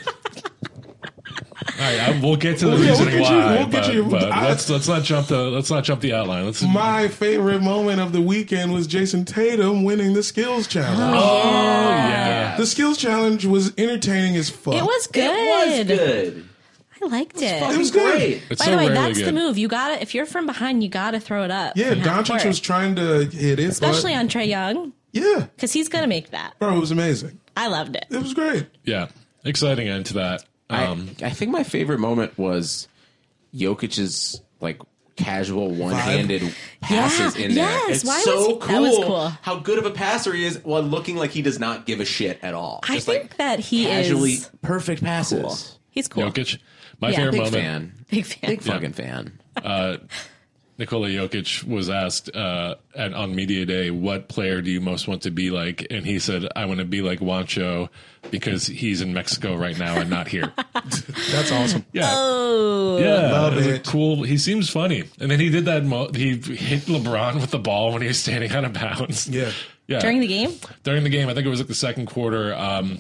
Speaker 3: all right, I, we'll get to the
Speaker 1: We'll- yeah,
Speaker 3: reason
Speaker 1: we'll get you-
Speaker 3: why.
Speaker 1: we'll get
Speaker 3: but-
Speaker 1: you-
Speaker 3: but
Speaker 1: I-
Speaker 3: let's let's not jump the let's not jump the outline. Let's
Speaker 1: My favorite moment of the weekend was Jason Tatum winning the skills challenge.
Speaker 3: Oh, yeah.
Speaker 1: The skills challenge was entertaining as fuck.
Speaker 4: It was good.
Speaker 2: It was good.
Speaker 4: I liked it.
Speaker 1: It was good.
Speaker 2: Great.
Speaker 3: It's
Speaker 4: By
Speaker 3: so
Speaker 4: the way,
Speaker 3: rarely
Speaker 4: that's
Speaker 3: good.
Speaker 4: the move. You got to If you're from behind, you got to throw it up.
Speaker 1: Yeah,
Speaker 4: You have to
Speaker 1: Doncic
Speaker 4: work.
Speaker 1: was trying to hit it,
Speaker 4: especially
Speaker 1: but,
Speaker 4: on Trey Young
Speaker 1: yeah,
Speaker 4: because he's gonna make that.
Speaker 1: bro, it was amazing.
Speaker 4: I loved it.
Speaker 1: It was great.
Speaker 3: Yeah, exciting end to that. Um,
Speaker 2: I, I think my favorite moment was Jokic's like casual one-handed passes in there.
Speaker 4: yes,
Speaker 2: It's
Speaker 4: why was
Speaker 2: so
Speaker 4: he-
Speaker 2: cool,
Speaker 4: that was cool.
Speaker 2: how good of a passer he is while looking like he does not give a shit at all.
Speaker 4: I
Speaker 2: Just,
Speaker 4: think
Speaker 2: like,
Speaker 4: that he
Speaker 2: casually
Speaker 4: is
Speaker 2: perfect passes.
Speaker 4: he's cool.
Speaker 3: Jokic, my
Speaker 4: Yeah.
Speaker 3: favorite
Speaker 2: Big
Speaker 3: moment.
Speaker 2: fan.
Speaker 4: Big fan.
Speaker 2: Big fucking fan.
Speaker 3: Nikola Jokic was asked uh, at, on media day, "What player do you most want to be like?" And he said, "I want to be like Wancho because he's in Mexico right now and not here."
Speaker 1: That's awesome.
Speaker 3: Yeah,
Speaker 4: Oh,
Speaker 3: yeah,
Speaker 1: Love
Speaker 3: it was a
Speaker 1: it.
Speaker 3: cool. He seems funny, and then he did that. Mo- he hit LeBron with the ball when he was standing out of bounds.
Speaker 1: Yeah.
Speaker 3: yeah.
Speaker 4: During the game, Oh
Speaker 3: during the game, I think it was like the second quarter. Um,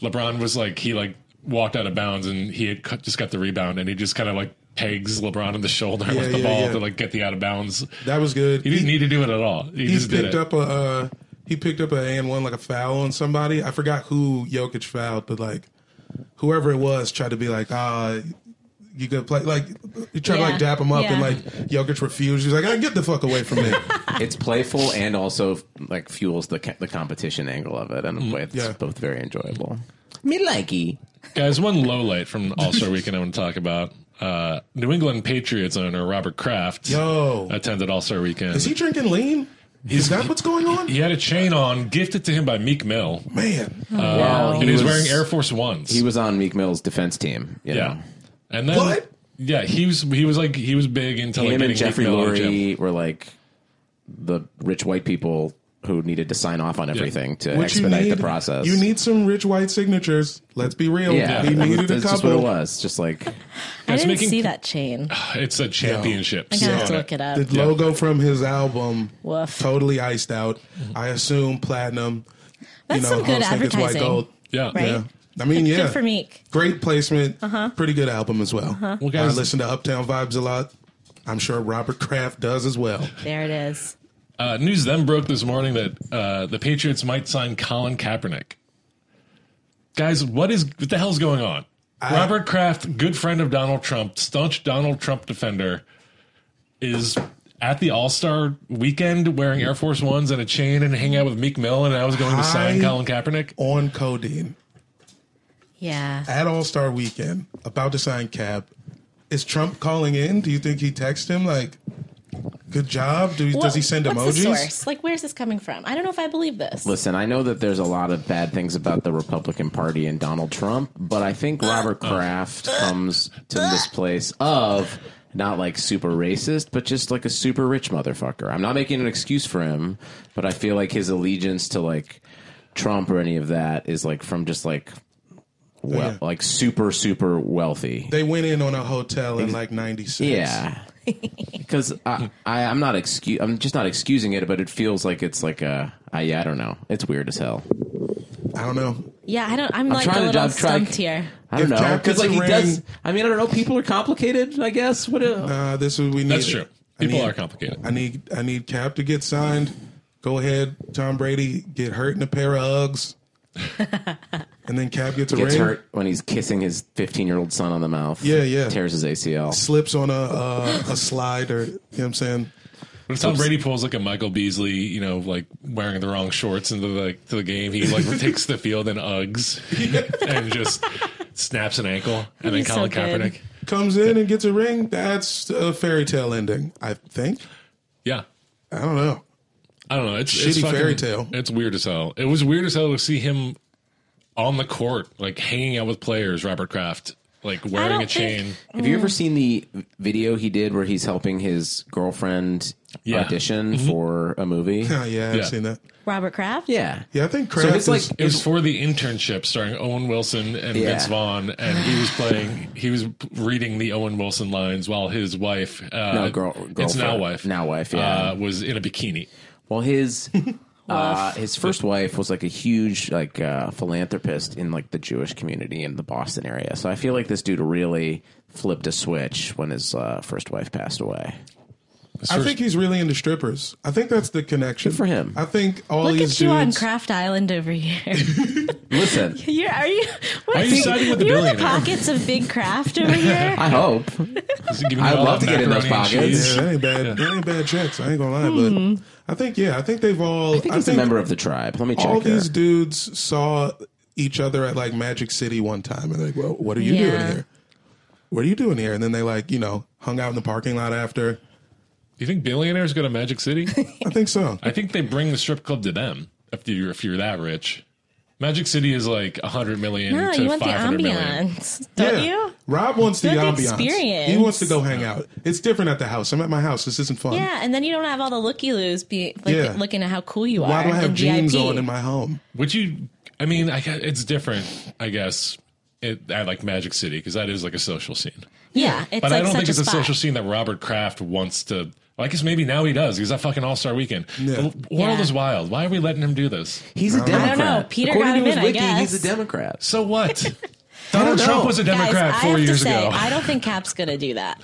Speaker 3: LeBron was like he like walked out of bounds and he had cut, just got the rebound and he just kind of like pegs LeBron in the shoulder with the
Speaker 1: yeah,
Speaker 3: ball
Speaker 1: yeah.
Speaker 3: to like get the out of bounds.
Speaker 1: That was good.
Speaker 3: He didn't need to do it at all. He,
Speaker 1: he
Speaker 3: just did
Speaker 1: picked
Speaker 3: it.
Speaker 1: up a uh, he picked up a and one like a foul on somebody. I forgot who Jokic fouled, but like whoever it was tried to be like ah. you could play like you try to
Speaker 4: Yeah.
Speaker 1: like dap him up, and
Speaker 4: Yeah.
Speaker 1: like Jokic refused. He's like, "I get the fuck away from me."
Speaker 2: It's playful and also like fuels the ca- the competition angle of it, and in a way that's
Speaker 1: Mm, yeah.
Speaker 2: both very enjoyable. Me likey.
Speaker 3: Guys, one low light from All Star Weekend I want to talk about. Uh, New England Patriots owner Robert Kraft
Speaker 1: Yo.
Speaker 3: attended All Star Weekend.
Speaker 1: Is he drinking lean? Is that what's going on?
Speaker 3: he had a chain on, gifted to him by Meek Mill,
Speaker 1: Man,
Speaker 3: Uh,
Speaker 1: Oh,
Speaker 2: Well,
Speaker 3: and he was wearing Air Force Ones.
Speaker 2: Uh, He was on Meek Mill's defense team. You
Speaker 3: yeah,
Speaker 2: know?
Speaker 3: and then
Speaker 1: What?
Speaker 3: yeah, he was he was like he was big into like
Speaker 2: him
Speaker 3: getting
Speaker 2: and
Speaker 3: Meek
Speaker 2: Jeffrey
Speaker 3: Mill on the gym.
Speaker 2: Lurie were like the rich white people who needed to sign off on everything to
Speaker 1: what you
Speaker 2: expedite
Speaker 1: need?
Speaker 2: the process.
Speaker 1: You need some rich white signatures. Let's be real.
Speaker 2: yeah,
Speaker 1: he
Speaker 2: that's-
Speaker 1: needed a
Speaker 2: that's just what it
Speaker 1: couple.
Speaker 2: was. Just like
Speaker 4: I didn't
Speaker 3: making-
Speaker 4: see that chain. I
Speaker 3: It's a championship.
Speaker 4: gotta have to look it up.
Speaker 1: The logo from his album,
Speaker 4: Woof.
Speaker 1: totally iced out. I assume platinum.
Speaker 4: That's some good
Speaker 1: hoes think it's white
Speaker 4: advertising.
Speaker 1: gold.
Speaker 3: Yeah.
Speaker 4: Right?
Speaker 1: Yeah. I mean, yeah.
Speaker 4: Good for Uh-huh. Meek.
Speaker 1: Great placement. Pretty good album as well.
Speaker 3: Well, guys-
Speaker 1: I listen to Uptown Vibes a lot. I'm sure Robert Kraft does as well.
Speaker 4: There it is.
Speaker 3: Uh, news then broke this morning that uh, the Patriots might sign Colin Kaepernick. Guys, what is what the hell's going on? Robert Kraft, good friend of Donald Trump, staunch Donald Trump defender, is at the All Star weekend wearing Air Force Ones and a chain and hanging out with Meek Mill, and I was going to sign
Speaker 1: I-
Speaker 3: Colin Kaepernick.
Speaker 1: On codeine
Speaker 4: Yeah.
Speaker 1: at All Star Weekend, about to sign Cap. Is Trump calling in? Do you think he texts him like, "Good job"? Do,
Speaker 4: What-
Speaker 1: does he send
Speaker 4: what's
Speaker 1: emojis?
Speaker 4: The source? Like, where's this coming from? I don't know if I believe this.
Speaker 2: Listen, I know that there's a lot of bad things about the Republican Party and Donald Trump, but I think Robert Kraft comes to this place of not like super racist, but just like a super rich motherfucker. I'm not making an excuse for him, but I feel like his allegiance to like Trump or any of that is like from just like well,
Speaker 1: Oh, yeah.
Speaker 2: like super super wealthy.
Speaker 1: They went in on a hotel in like '96.
Speaker 2: Yeah. Because I, I, I'm not excuse, I'm just not excusing it, but it feels like it's like a, I, yeah, I don't know. It's weird as hell.
Speaker 1: I don't know.
Speaker 4: yeah, I don't. I'm, like a
Speaker 2: trying to
Speaker 4: little
Speaker 2: job track-
Speaker 4: stumped here.
Speaker 2: I don't
Speaker 1: If
Speaker 2: know
Speaker 1: Cap gets
Speaker 2: because like
Speaker 1: a
Speaker 2: he
Speaker 1: ring-
Speaker 2: does. I mean, I don't know. People are complicated. I guess. What? A,
Speaker 1: Uh, this is we need.
Speaker 3: That's true. People
Speaker 1: I uh, need,
Speaker 3: are complicated.
Speaker 1: I need I need Cap to get signed. Go ahead, Tom Brady get hurt in a pair of Uggs, and then Cap gets a
Speaker 2: gets
Speaker 1: ring.
Speaker 2: hurt when he's kissing his 15 year old son on the mouth.
Speaker 1: Yeah, yeah.
Speaker 2: Tears his ACL.
Speaker 1: Slips on a uh, a slide, or you know what I'm saying.
Speaker 3: But if Tom Brady pulls like a Michael Beasley, you know, like wearing the wrong shorts into the like, to the game, he like takes the field in Uggs and just snaps an ankle, and then
Speaker 4: He's so
Speaker 3: Colin
Speaker 4: good.
Speaker 3: Kaepernick.
Speaker 1: Comes in and gets a ring. That's a fairy tale ending, I think.
Speaker 3: Yeah,
Speaker 1: I don't know.
Speaker 3: I don't know. It's
Speaker 1: Shitty
Speaker 3: it's fucking-
Speaker 1: fairy tale.
Speaker 3: It's weird as hell. It was weird as hell to see him on the court, like hanging out with players. Robert Kraft. like
Speaker 4: I
Speaker 3: wearing
Speaker 4: don't
Speaker 3: a chain.
Speaker 4: think-
Speaker 2: Have you ever seen the video he did where he's helping his girlfriend
Speaker 3: Yeah. Mm-hmm.
Speaker 2: audition for a movie?
Speaker 1: Oh, yeah, I've
Speaker 3: Yeah.
Speaker 1: seen that.
Speaker 4: Robert Kraft.
Speaker 2: yeah.
Speaker 1: Yeah, I think
Speaker 2: So
Speaker 1: Kraft
Speaker 2: it's like
Speaker 1: is-
Speaker 3: It was for the internship starring Owen Wilson and
Speaker 2: Yeah.
Speaker 3: Vince Vaughn, and he was playing. He was reading the Owen Wilson lines while his wife, uh,
Speaker 2: No, girl-
Speaker 3: it's now
Speaker 2: girlfriend.
Speaker 3: wife,
Speaker 2: Now wife, yeah.
Speaker 3: uh, was in a bikini.
Speaker 2: Well, his uh, his first wife was like a huge like uh, philanthropist in like the Jewish community in the Boston area. So I feel like this dude really flipped a switch when his uh, first wife passed away.
Speaker 1: I think he's really into strippers. I think that's the connection.
Speaker 2: Good for him.
Speaker 1: I think all
Speaker 4: Look
Speaker 1: these
Speaker 4: at you on
Speaker 1: dudes-
Speaker 4: Kraft Island over here.
Speaker 2: Listen,
Speaker 4: You're, are you? What
Speaker 3: Are you siding with the
Speaker 4: You're in the
Speaker 3: billionaire?
Speaker 4: pockets of Big Kraft over here.
Speaker 2: I hope. I'd love to get in those pockets.
Speaker 1: Yeah, that ain't bad. That ain't bad checks. I ain't gonna lie,
Speaker 4: Hmm.
Speaker 1: but I think yeah, I think they've all. I
Speaker 2: I think he's a member of the tribe. Let me check.
Speaker 1: all
Speaker 2: here.
Speaker 1: these dudes saw each other at like Magic City one time, and they're like, "Well, what are you doing
Speaker 4: Yeah.
Speaker 1: here? What are you doing here?" And then they like you know hung out in the parking lot after.
Speaker 3: Do you think billionaires go to Magic City?
Speaker 1: I think so.
Speaker 3: I think they bring the strip club to them if you're if you're that rich. Magic City is like a hundred million
Speaker 4: No,
Speaker 3: to
Speaker 4: you want the
Speaker 3: five hundred million.
Speaker 4: ambiance, don't
Speaker 1: Yeah.
Speaker 4: you?
Speaker 1: Rob wants the
Speaker 4: You want the
Speaker 1: ambiance. He
Speaker 4: experience.
Speaker 1: wants to go hang out. It's different at the house. I'm at my house. This isn't fun.
Speaker 4: Yeah, and then you don't have all the looky loos be like
Speaker 1: Yeah.
Speaker 4: looking at how cool you are.
Speaker 1: Why do I have
Speaker 4: in
Speaker 1: jeans
Speaker 4: VIP.
Speaker 1: on in my home?
Speaker 3: Would you? I mean, I gue- it's different. I guess it, I like Magic City because that is like a social scene.
Speaker 4: Yeah, it's
Speaker 3: but
Speaker 4: like
Speaker 3: I don't
Speaker 4: such
Speaker 3: think it's a
Speaker 4: spot.
Speaker 3: social scene that Robert Kraft wants to. well, I guess maybe now he does because that fucking All Star Weekend. The world
Speaker 4: Yeah.
Speaker 3: is wild. Why are we letting him do this?
Speaker 2: He's a Democrat.
Speaker 4: know. Peter
Speaker 2: According
Speaker 4: got
Speaker 2: to
Speaker 4: him
Speaker 2: his
Speaker 4: in, I
Speaker 2: wiki,
Speaker 4: guess.
Speaker 2: He's a Democrat.
Speaker 3: So what? Donald Trump
Speaker 2: know.
Speaker 3: was a
Speaker 4: Guys,
Speaker 3: Democrat
Speaker 4: I
Speaker 3: four
Speaker 4: have
Speaker 3: years
Speaker 4: to say,
Speaker 3: ago.
Speaker 4: I don't think Cap's gonna do that.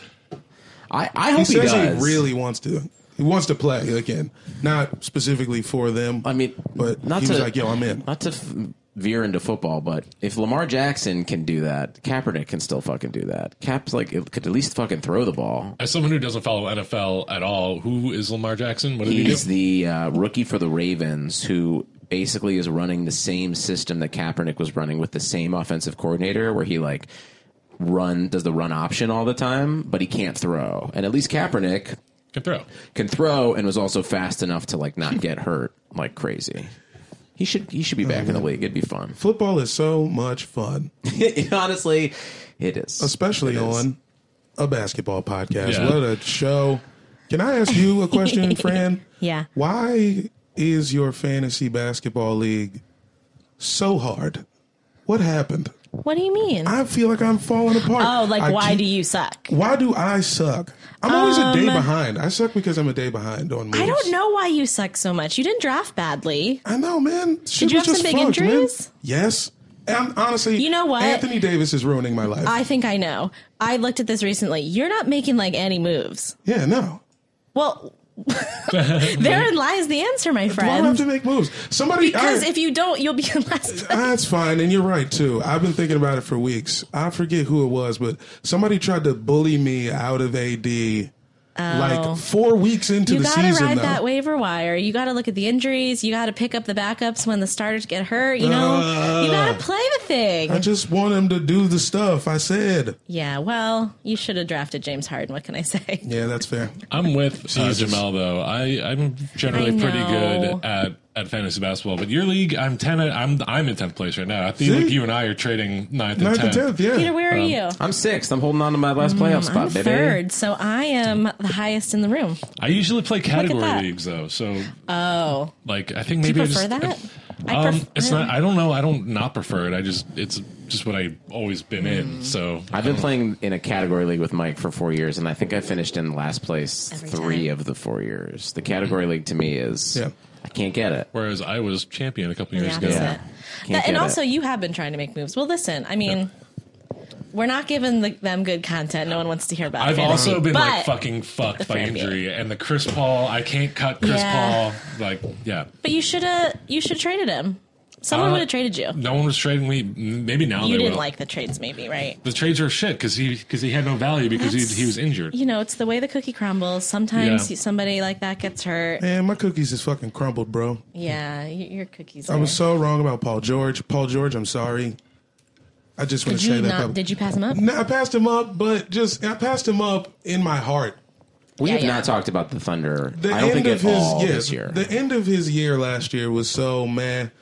Speaker 2: I, I
Speaker 1: He
Speaker 2: hope he,
Speaker 1: says he
Speaker 2: does.
Speaker 1: really wants to. He wants to play again, not specifically for them.
Speaker 2: I mean,
Speaker 1: but
Speaker 2: not
Speaker 1: he
Speaker 2: to
Speaker 1: was like, "Yo, I'm in."
Speaker 2: Not to f- veer into football, but if Lamar Jackson can do that, Kaepernick can still fucking do that. Cap's like it could at least fucking throw the ball.
Speaker 3: As someone who doesn't follow NFL at all, who is Lamar Jackson? What did he do?
Speaker 2: He's the uh, rookie for the Ravens who basically is running the same system that Kaepernick was running with the same offensive coordinator, where he like run does the run option all the time, but he can't throw. And at least Kaepernick
Speaker 3: Can throw.
Speaker 2: can throw and was also fast enough to like not get hurt like crazy. He should he should be back in
Speaker 1: Mm-hmm.
Speaker 2: the league. It'd be fun.
Speaker 1: Football is so much fun,
Speaker 2: Honestly, it is.
Speaker 1: especially
Speaker 2: It is.
Speaker 1: on a basketball podcast.
Speaker 3: Yeah.
Speaker 1: What a show! Can I ask you a question, Fran?
Speaker 4: Yeah.
Speaker 1: Why is your fantasy basketball league so hard? What happened?
Speaker 4: What do you mean?
Speaker 1: I feel like I'm falling apart.
Speaker 4: oh, like
Speaker 1: I
Speaker 4: why
Speaker 1: keep-
Speaker 4: do you suck?
Speaker 1: Why do I suck? I'm always a day behind. I suck because I'm a day behind on moves.
Speaker 4: I don't know why you suck so much. You didn't draft badly.
Speaker 1: I know, man. Shit
Speaker 4: you
Speaker 1: was
Speaker 4: have
Speaker 1: just
Speaker 4: some big
Speaker 1: fucked, man.
Speaker 4: injuries?
Speaker 1: Yes. And honestly,
Speaker 4: You know what?
Speaker 1: Anthony Davis is ruining my life.
Speaker 4: I think I know. I looked at this recently. You're not making like any moves.
Speaker 1: yeah, no.
Speaker 4: Well, therein lies the answer, my
Speaker 1: Why do I have
Speaker 4: friend.
Speaker 1: to make moves? Somebody.
Speaker 4: Because
Speaker 1: I-
Speaker 4: if you don't, you'll be in last place.
Speaker 1: That's fine, and you're right too. I've been thinking about it for weeks. I forget who it was, but somebody tried to bully me out of AD like four weeks into
Speaker 4: Oh. You
Speaker 1: the
Speaker 4: gotta
Speaker 1: season.
Speaker 4: ride
Speaker 1: though.
Speaker 4: that waiver wire. You gotta look at the injuries. You gotta pick up the backups when the starters get hurt. You know,
Speaker 3: Uh.
Speaker 4: you gotta play the thing.
Speaker 1: I just want him to do the stuff I said.
Speaker 4: yeah, well, you should have drafted James Harden. What can I say?
Speaker 1: Yeah, that's fair.
Speaker 3: I'm with uh, Jamel though. I I'm generally
Speaker 4: I
Speaker 3: pretty
Speaker 4: know.
Speaker 3: good at at fantasy basketball, but your league, I'm ten. I'm I'm in tenth place right now. I think
Speaker 1: See?
Speaker 3: like you and I are trading ninth and
Speaker 1: Ninth and
Speaker 3: tenth.
Speaker 1: tenth, yeah.
Speaker 4: Peter, where are
Speaker 3: um,
Speaker 4: you?
Speaker 2: I'm sixth. I'm holding on to my last playoff spot,
Speaker 4: Mm, I'm
Speaker 2: baby.
Speaker 4: third, so I am the highest in the room.
Speaker 3: I usually play category
Speaker 4: that.
Speaker 3: leagues though, so
Speaker 4: Oh,
Speaker 3: like I think
Speaker 4: do you
Speaker 3: maybe I
Speaker 4: prefer
Speaker 3: just,
Speaker 4: that? I,
Speaker 3: um,
Speaker 4: prefer.
Speaker 3: it's not. I don't know. I don't not prefer it. I just it's just what I've always been in. So
Speaker 2: I've been playing in a category league with Mike for four years, and I think I finished in last place
Speaker 4: Every
Speaker 2: three
Speaker 4: time.
Speaker 2: of the four years. The category league to me is
Speaker 1: Yeah.
Speaker 2: I can't get it.
Speaker 3: whereas I was champion a couple years
Speaker 4: Yeah,
Speaker 3: ago.
Speaker 4: that's
Speaker 2: Yeah.
Speaker 4: it.
Speaker 2: Can't
Speaker 4: That- and
Speaker 2: get
Speaker 4: also,
Speaker 2: it.
Speaker 4: you have been trying to make moves. Well, listen, I mean, we're not giving the, them good content. No one wants to hear about.
Speaker 3: I've
Speaker 4: fantasy,
Speaker 3: also been like
Speaker 4: but-
Speaker 3: fucking fucked by
Speaker 4: fair bit.
Speaker 3: injury and the Chris Paul. I can't cut Chris
Speaker 4: Yeah.
Speaker 3: Paul. Like yeah.
Speaker 4: But you should have. You should have traded him. Someone
Speaker 3: Uh,
Speaker 4: would have traded you.
Speaker 3: No one was trading me. M- Maybe now
Speaker 4: You
Speaker 3: they
Speaker 4: didn't
Speaker 3: will.
Speaker 4: like the trades, maybe, right?
Speaker 3: the trades are shit because he because he had no value because he
Speaker 4: That's-
Speaker 3: he was injured.
Speaker 4: You know, it's the way the cookie crumbles. Sometimes
Speaker 3: Yeah.
Speaker 4: somebody like that gets hurt.
Speaker 1: Man, my cookies is fucking crumbled, bro.
Speaker 4: Yeah, y- your cookies.
Speaker 1: I
Speaker 4: are-
Speaker 1: was so wrong about Paul George. Paul George, I'm sorry. I just want
Speaker 4: did
Speaker 1: to say
Speaker 4: you
Speaker 1: that.
Speaker 4: not?
Speaker 1: public-
Speaker 4: Did you pass him up?
Speaker 1: No, I passed him up, but just I passed him up in my heart.
Speaker 2: We
Speaker 4: Yeah,
Speaker 2: have
Speaker 4: yeah.
Speaker 2: not talked about the Thunder.
Speaker 1: The
Speaker 2: I don't think
Speaker 1: end
Speaker 2: at
Speaker 1: of his
Speaker 2: all
Speaker 1: yeah,
Speaker 2: this year.
Speaker 1: the end of his year last year was so man,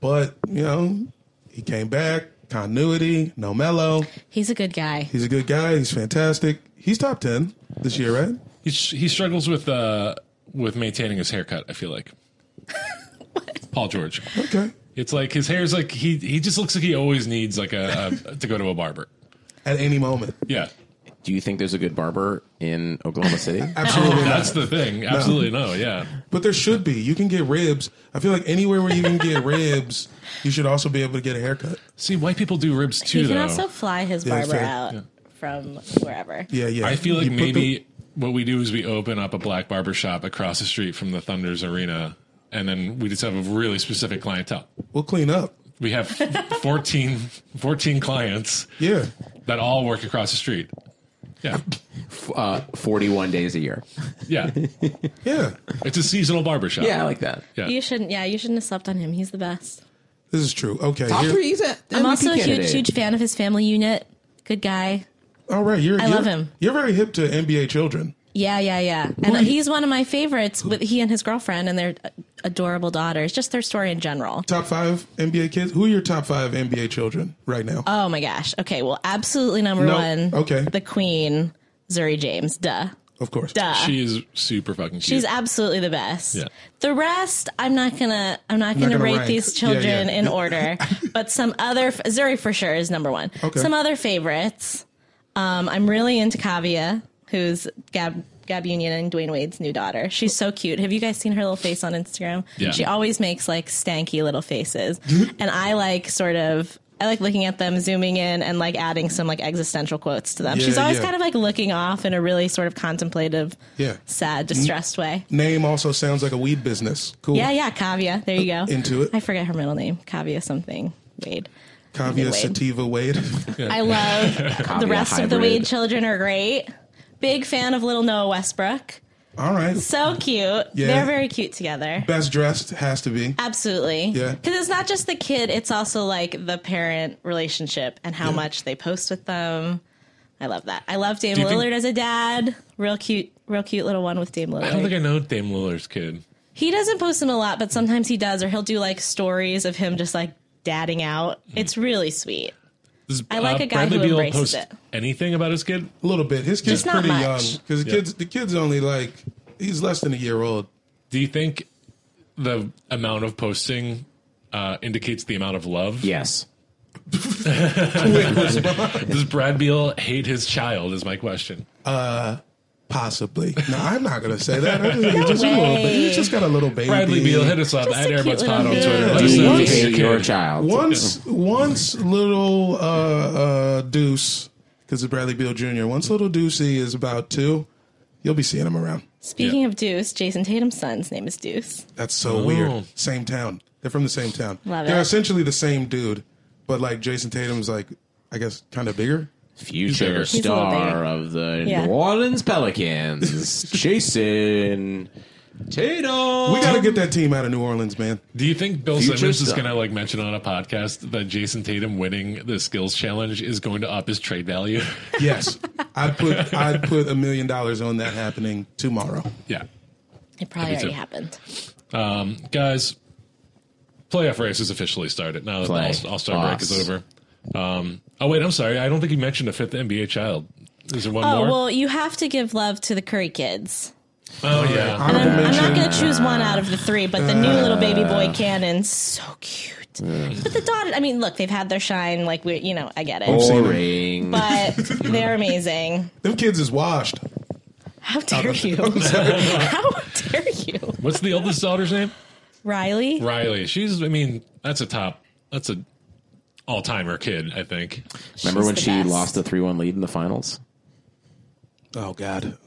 Speaker 1: but you know he came back. Continuity, no mellow.
Speaker 4: He's a good guy.
Speaker 1: He's a good guy. He's fantastic. He's top 10 this year, right?
Speaker 3: He, he struggles with uh, with maintaining his haircut. I feel like Paul George.
Speaker 1: Okay.
Speaker 3: It's like his hair's like he he just looks like he always needs like a, a to go to a barber.
Speaker 1: At any moment.
Speaker 3: Uh, Yeah,
Speaker 2: Do you think there's a good barber in Oklahoma City?
Speaker 1: Absolutely not.
Speaker 3: that's the thing. Absolutely no. Yeah,
Speaker 1: But there should be. You can get ribs. I feel like anywhere where you can get ribs, you should also be able to get a haircut.
Speaker 3: see, white people do ribs too.
Speaker 4: he can
Speaker 3: though
Speaker 4: also fly his
Speaker 1: Yeah,
Speaker 4: barber
Speaker 1: fair.
Speaker 4: out from wherever.
Speaker 1: Yeah, yeah.
Speaker 3: I feel like
Speaker 1: You put
Speaker 3: maybe what we do is we open up a black barber shop across the street from the Thunder's arena, and then we just have a really specific clientele.
Speaker 1: the- we'll clean up.
Speaker 3: We have 14, 14 clients
Speaker 1: Yeah.
Speaker 3: that all work across the street. Yeah,
Speaker 2: uh, 41 days a year.
Speaker 3: yeah,
Speaker 1: Yeah.
Speaker 3: it's a seasonal barber shop.
Speaker 2: Yeah, I like that.
Speaker 3: Yeah.
Speaker 4: You shouldn't. Yeah, you shouldn't have slept on him. He's the best.
Speaker 1: This is true. Okay.
Speaker 2: Top
Speaker 1: here-
Speaker 2: three, he's a
Speaker 4: I'm also a
Speaker 2: candidate.
Speaker 4: huge, huge fan of his family unit. Good guy.
Speaker 1: all right. You're,
Speaker 4: I
Speaker 1: you're-
Speaker 4: love him.
Speaker 1: You're very hip to NBA children.
Speaker 4: Yeah, yeah, yeah. And he's one of my favorites with he and his girlfriend and their adorable daughters. Just their story in general.
Speaker 1: Top five NBA kids. Who are your top five NBA children right now?
Speaker 4: Oh my gosh. Okay, well, absolutely number
Speaker 1: No,
Speaker 4: one.
Speaker 1: okay.
Speaker 4: The queen, Zuri James. Duh.
Speaker 1: of course.
Speaker 4: Duh.
Speaker 3: She is super fucking cute.
Speaker 4: She's absolutely the best.
Speaker 3: Yeah.
Speaker 4: The rest, I'm not gonna, I'm not
Speaker 1: Not
Speaker 4: gonna,
Speaker 1: gonna
Speaker 4: rate
Speaker 1: rank.
Speaker 4: these
Speaker 1: Yeah,
Speaker 4: children
Speaker 1: yeah.
Speaker 4: in order, but some other Zuri for sure is number one.
Speaker 1: Okay.
Speaker 4: Some other favorites. Um, I'm really into Kavia, who's Gab Gab Union and Dwayne Wade's new daughter. She's so cute. Have you guys seen her little face on Instagram?
Speaker 3: Yeah.
Speaker 4: She always makes like stanky little faces,
Speaker 1: Mm-hmm.
Speaker 4: and I like sort of. I like looking at them, zooming in, and like adding some like existential quotes to them.
Speaker 1: Yeah,
Speaker 4: She's always
Speaker 1: yeah.
Speaker 4: kind of like looking off in a really sort of contemplative,
Speaker 1: Yeah.
Speaker 4: sad, distressed way.
Speaker 1: Name also sounds like a weed business. Cool.
Speaker 4: Yeah, yeah, Kavya. There you go.
Speaker 1: Into it.
Speaker 4: I forget her middle name. Kavya something. Wade.
Speaker 1: Kavya
Speaker 4: Wade.
Speaker 1: Sativa Wade.
Speaker 4: I love the rest of the
Speaker 2: hybrid.
Speaker 4: Wade children are great. Big fan of little Noah Westbrook.
Speaker 1: All right.
Speaker 4: So cute.
Speaker 1: Yeah.
Speaker 4: They're very cute together.
Speaker 1: Best dressed has to be.
Speaker 4: Absolutely.
Speaker 1: Yeah.
Speaker 4: Because it's not just the kid, it's also like the parent relationship and how
Speaker 1: Yeah.
Speaker 4: much they post with them. I love that. I love Dame
Speaker 3: Do you think-
Speaker 4: Lillard as a dad. Real cute, real cute little one with Dame Lillard.
Speaker 3: I don't think I know Dame Lillard's kid.
Speaker 4: He doesn't post them a lot, but sometimes he does, or he'll do like stories of him just like dadding out. It's really sweet.
Speaker 3: This is,
Speaker 4: I like a guy
Speaker 3: Mm-hmm. Uh, Bradley
Speaker 4: who
Speaker 3: Beal
Speaker 4: embraces
Speaker 3: posts
Speaker 4: it.
Speaker 3: Anything about his kid?
Speaker 1: A little bit. His kid's
Speaker 4: Just not
Speaker 1: pretty
Speaker 4: much.
Speaker 1: young because the kid's the kid's only like he's less than a year old.
Speaker 3: Do you think the amount of posting uh, indicates the amount of love?
Speaker 2: Yes.
Speaker 3: Does Brad Beal hate his child? Is my question.
Speaker 1: Possibly. No, I'm not gonna say that. I just think he's just a little bit. He's just got a little baby.
Speaker 3: Bradley Beal, hit us up
Speaker 4: Just
Speaker 3: at
Speaker 4: a cute
Speaker 3: Airbuds Pod on
Speaker 4: little
Speaker 3: Twitter.
Speaker 1: dude.
Speaker 3: Let
Speaker 2: Do
Speaker 3: us
Speaker 1: Yeah.
Speaker 3: know
Speaker 2: you
Speaker 3: if you
Speaker 2: hate
Speaker 3: hate
Speaker 2: your
Speaker 3: kid.
Speaker 2: child?
Speaker 1: Once once little uh, uh, Deuce because of Bradley Beal Jr. Once little Deucey is about two, you'll be seeing him around.
Speaker 4: Speaking of Deuce, Jason Tatum's son's name is Deuce.
Speaker 1: That's
Speaker 3: Oh.
Speaker 1: so weird. Same town. They're from the same town.
Speaker 4: Love
Speaker 1: They're
Speaker 4: it.
Speaker 1: essentially the same dude, but like Jason Tatum's like I guess kind of bigger.
Speaker 2: Future
Speaker 3: He's
Speaker 4: a little
Speaker 2: star
Speaker 4: bigger.
Speaker 2: of the
Speaker 4: Yeah.
Speaker 2: New Orleans Pelicans, Jason Tatum.
Speaker 1: We gotta get that team out of New Orleans, man.
Speaker 3: Do you think Bill
Speaker 2: Future
Speaker 3: Simmons is
Speaker 2: stuff.
Speaker 3: going to like mention on a podcast that Jason Tatum winning the skills challenge is going to up his trade value?
Speaker 1: Yes, I'd put I'd put a million dollars on that happening tomorrow.
Speaker 3: yeah,
Speaker 4: It probably
Speaker 3: Maybe
Speaker 4: already
Speaker 3: so.
Speaker 4: happened.
Speaker 3: guys, playoff race has officially started. Now that
Speaker 2: Play
Speaker 3: the All Star break is
Speaker 2: us.
Speaker 3: over. Um, oh wait, I'm sorry. I don't think you mentioned a fifth NBA child. Is there one
Speaker 4: Oh,
Speaker 3: more?
Speaker 4: well, you have to give love to the Curry kids.
Speaker 3: oh yeah.
Speaker 1: I'm gonna
Speaker 4: I'm not
Speaker 1: mention-
Speaker 4: going to choose one out of the three, but the new little baby boy Cannon's so cute. But the daughter, I mean, look, they've had their shine. Like, we, you know, I get it.
Speaker 2: boring.
Speaker 4: But they're amazing.
Speaker 1: them kids is washed.
Speaker 4: How dare you? How dare you?
Speaker 3: What's the oldest daughter's name?
Speaker 4: Riley?
Speaker 3: Riley. She's. I mean, that's a top. That's a all timer kid. I think.
Speaker 2: Remember
Speaker 4: She's
Speaker 2: when
Speaker 4: the
Speaker 2: she
Speaker 4: best.
Speaker 2: lost a three-one lead in the finals?
Speaker 1: Oh God,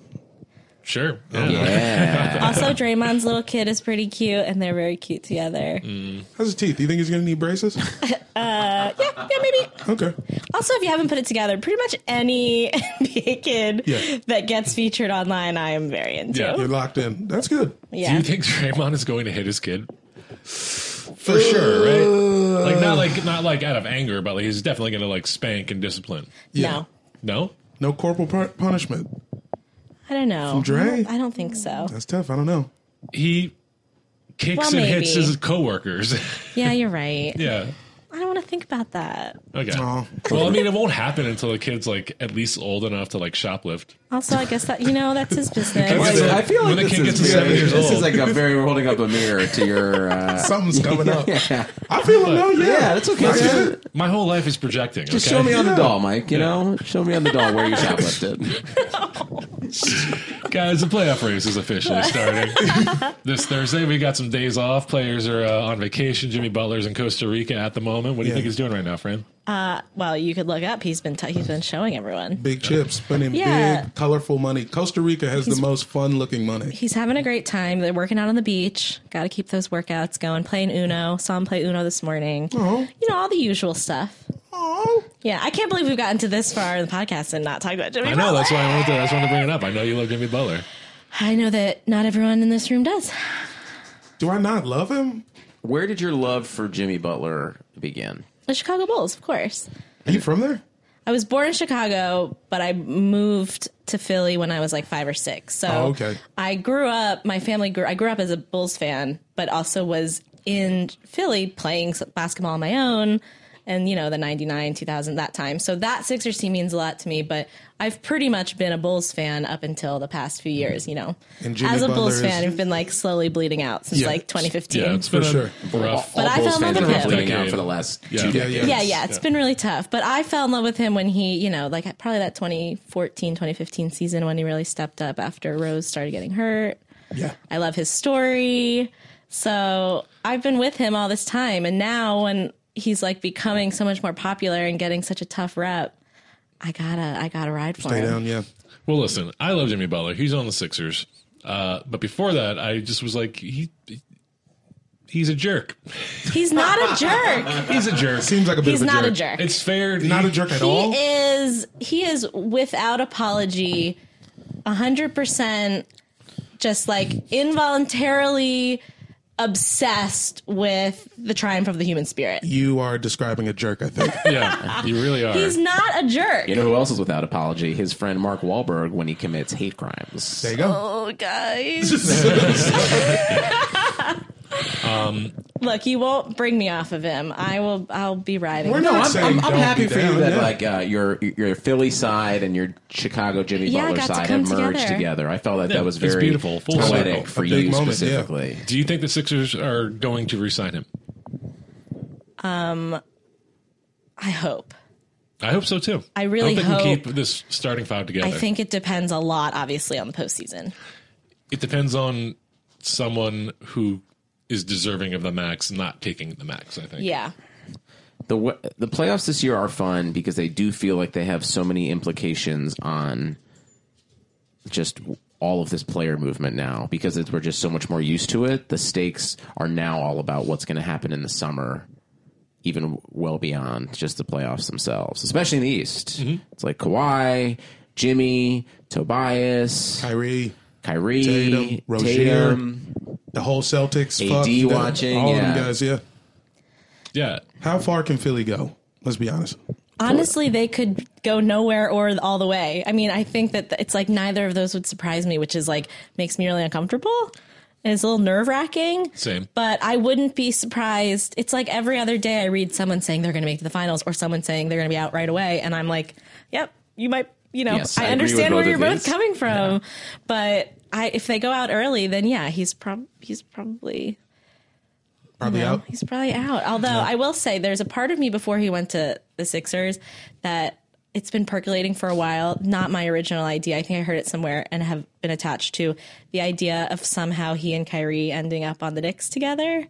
Speaker 3: Sure. Yeah.
Speaker 2: Yeah.
Speaker 4: Also, Draymond's little kid is pretty cute, and they're very cute together.
Speaker 3: Mm.
Speaker 1: how's his teeth? You think he's gonna need braces?
Speaker 4: Yeah, yeah, maybe.
Speaker 1: Okay,
Speaker 4: Also, if you haven't put it together, pretty much any NBA kid
Speaker 1: Yeah.
Speaker 4: that gets featured online, I am very into.
Speaker 3: Yeah.
Speaker 1: you're locked in. That's good
Speaker 3: Do
Speaker 4: Yeah.
Speaker 3: you think Draymond is going to hit his kid?
Speaker 1: for sure, right?
Speaker 3: Like not like not like out of anger, but like he's definitely going to like spank and discipline.
Speaker 4: No,
Speaker 3: No.
Speaker 1: No corporal pu- punishment.
Speaker 4: I don't know.
Speaker 1: From Dre?
Speaker 4: I don't- I don't think so.
Speaker 1: That's tough. I don't know.
Speaker 3: He kicks
Speaker 4: Well,
Speaker 3: and
Speaker 4: maybe.
Speaker 3: hits his coworkers.
Speaker 4: Yeah, you're right.
Speaker 3: yeah.
Speaker 4: I I don't want to think about that.
Speaker 3: Okay.
Speaker 1: Aw.
Speaker 3: Well, I mean, it won't happen until the kid's like at least old enough to like shoplift.
Speaker 4: Also, I guess that you know that's his business.
Speaker 3: Why-
Speaker 2: Well, I feel
Speaker 3: When
Speaker 2: like
Speaker 3: the
Speaker 2: this
Speaker 3: kid gets
Speaker 2: is,
Speaker 3: to
Speaker 2: very,
Speaker 3: seven years
Speaker 2: this is
Speaker 3: old.
Speaker 2: like a very we're holding up a mirror to your. Uh,
Speaker 1: Something's coming up.
Speaker 2: yeah.
Speaker 1: I feel it now, yeah.
Speaker 2: yeah, that's okay.
Speaker 1: I get
Speaker 2: man.
Speaker 1: it.
Speaker 3: My whole life is projecting.
Speaker 2: Just
Speaker 3: okay?
Speaker 2: show me on the doll, Mike. You know, show me on the doll where you shoplifted.
Speaker 3: Guys, the playoff race is officially starting. this Thursday, we got some days off. Players are uh, on vacation. Jimmy Butler's in Costa Rica at the moment. What do you
Speaker 1: Yeah.
Speaker 3: think he's doing right now, Fran?
Speaker 4: Well, you could look up. He's been t- he's been showing everyone.
Speaker 1: Big chips, spending
Speaker 4: Yeah.
Speaker 1: big, colorful money. Costa Rica has the most fun looking money.
Speaker 4: He's having a great time. They're working out on the beach. Got to keep those workouts going. Playing Uno. Saw him play Uno this morning. You know all the usual stuff.
Speaker 1: Oh,
Speaker 4: Yeah, I can't believe we've gotten to this far in the podcast and not talked about Jimmy.
Speaker 3: I know that's
Speaker 4: Butler.
Speaker 3: why I wanted to. That's why I wanted to bring it up. I know you love Jimmy Butler.
Speaker 4: I know that not everyone in this room does.
Speaker 1: do I not love him?
Speaker 2: Where did your love for Jimmy Butler begin?
Speaker 4: The Chicago Bulls, of course.
Speaker 1: Are you from there?
Speaker 4: I was born in Chicago, but I moved to Philly when I was like five or six. So
Speaker 1: Oh, okay.
Speaker 4: I grew up. My family grew. I grew up as a Bulls fan, but also was in Philly playing s- basketball on my own, and you know the '99, 2000, that time. So that Sixers team means a lot to me. But I've pretty much been a Bulls fan up until the past few years. You know,
Speaker 1: And Jimmy
Speaker 4: as a
Speaker 1: Butler
Speaker 4: Bulls
Speaker 1: is-
Speaker 4: fan, I've been like slowly bleeding out since
Speaker 1: Yeah.
Speaker 4: like 2015.
Speaker 3: Yeah, it's
Speaker 1: For
Speaker 3: been a
Speaker 1: sure.
Speaker 3: rough.
Speaker 4: But I fell
Speaker 2: Bulls
Speaker 4: in
Speaker 2: fans
Speaker 4: love
Speaker 2: have
Speaker 4: with
Speaker 2: been
Speaker 4: him.
Speaker 2: bleeding out
Speaker 3: Decade.
Speaker 2: for the last
Speaker 3: Yeah.
Speaker 2: two
Speaker 3: Yeah,
Speaker 2: decades.
Speaker 4: Yeah, yeah, it's been really tough. But I fell in love with him when he, you know, like probably that 2014, 2015 season when he really stepped up after Rose started getting hurt.
Speaker 1: Yeah.
Speaker 4: I love his story. So I've been with him all this time. And now when he's like becoming so much more popular and getting such a tough rep, I gotta, I gotta ride for
Speaker 1: Stay
Speaker 4: him.
Speaker 1: down, yeah.
Speaker 3: Well, listen, I love Jimmy Butler. He's on the Sixers. Uh, but before that, I just was like, he, he's a jerk.
Speaker 4: He's not a jerk.
Speaker 3: He's a jerk.
Speaker 1: Seems like a bit
Speaker 4: he's
Speaker 1: of a
Speaker 4: not
Speaker 1: jerk.
Speaker 4: a jerk.
Speaker 3: It's fair.
Speaker 1: Not
Speaker 3: he-
Speaker 1: a jerk at all.
Speaker 4: He is he is without apology, hundred percent, just like involuntarily obsessed with the triumph of the human spirit.
Speaker 1: You are describing a jerk, I think.
Speaker 3: Yeah, you really are.
Speaker 4: He's not a jerk.
Speaker 2: You know who else is without apology? His friend Mark Wahlberg when he commits hate crimes.
Speaker 1: There you go.
Speaker 4: Oh, guys!
Speaker 3: Um,
Speaker 4: Look, you won't bring me off of him. I will. I'll be riding.
Speaker 1: We're
Speaker 2: No,
Speaker 1: not
Speaker 2: I'm,
Speaker 1: saying
Speaker 2: I'm, I'm
Speaker 1: don't
Speaker 2: happy
Speaker 1: be
Speaker 2: for you
Speaker 1: down,
Speaker 2: that
Speaker 1: yeah.
Speaker 2: like uh, your your Philly side and your Chicago Jimmy
Speaker 4: Yeah,
Speaker 2: Butler
Speaker 4: got to
Speaker 2: side
Speaker 4: come
Speaker 2: have merged
Speaker 4: together.
Speaker 2: together. I felt that that was
Speaker 3: it's
Speaker 2: very
Speaker 3: beautiful. Full
Speaker 2: poetic
Speaker 3: circle.
Speaker 2: for
Speaker 1: A big
Speaker 2: you
Speaker 1: moment, yeah.
Speaker 2: specifically.
Speaker 3: Do you think the Sixers are going to re-sign him?
Speaker 4: Um, I hope.
Speaker 3: I hope so too.
Speaker 4: I really
Speaker 3: hope they can
Speaker 4: hope-
Speaker 3: keep this starting five together.
Speaker 4: I think it depends a lot, obviously, on the postseason.
Speaker 3: it depends on someone who is deserving of the max not taking the max. I think.
Speaker 4: Yeah.
Speaker 2: the w- the playoffs this year are fun because they do feel like they have so many implications on just w- all of this player movement now because it's, we're just so much more used to it. The stakes are now all about what's going to happen in the summer, even w- well beyond just the playoffs themselves, especially in the East. It's like Kawhi, Jimmy, Tobias,
Speaker 1: Kyrie,
Speaker 2: Kyrie,
Speaker 1: Tatum,
Speaker 2: Tatum,
Speaker 1: Rozier, the whole Celtics,
Speaker 2: AD
Speaker 1: fuck, the-
Speaker 2: watching,
Speaker 1: all
Speaker 2: yeah.
Speaker 1: of them guys, yeah.
Speaker 3: Yeah.
Speaker 1: How far can Philly go? Let's be honest.
Speaker 4: Honestly, they could go nowhere or all the way. I mean, I think that it's like neither of those would surprise me, which is like makes me really uncomfortable. And it's a little nerve wracking.
Speaker 3: Same.
Speaker 4: But I wouldn't be surprised. It's like every other day I read someone saying they're going to make the finals or someone saying they're going to be out right away. And I'm like, yep, you might, you know,
Speaker 2: Yes, I
Speaker 4: I,
Speaker 2: agree with
Speaker 4: understand
Speaker 2: both
Speaker 4: where you're
Speaker 2: of
Speaker 4: both
Speaker 2: these.
Speaker 4: coming from. But I, if they go out early, then yeah, he's prob- he's probably
Speaker 1: Probably
Speaker 4: no,
Speaker 1: out.
Speaker 4: He's probably out. Although I will say, there's a part of me before he went to the Sixers that it's been percolating for a while. Not my original idea. I think I heard it somewhere and have been attached to the idea of somehow he and Kyrie ending up on the Knicks together.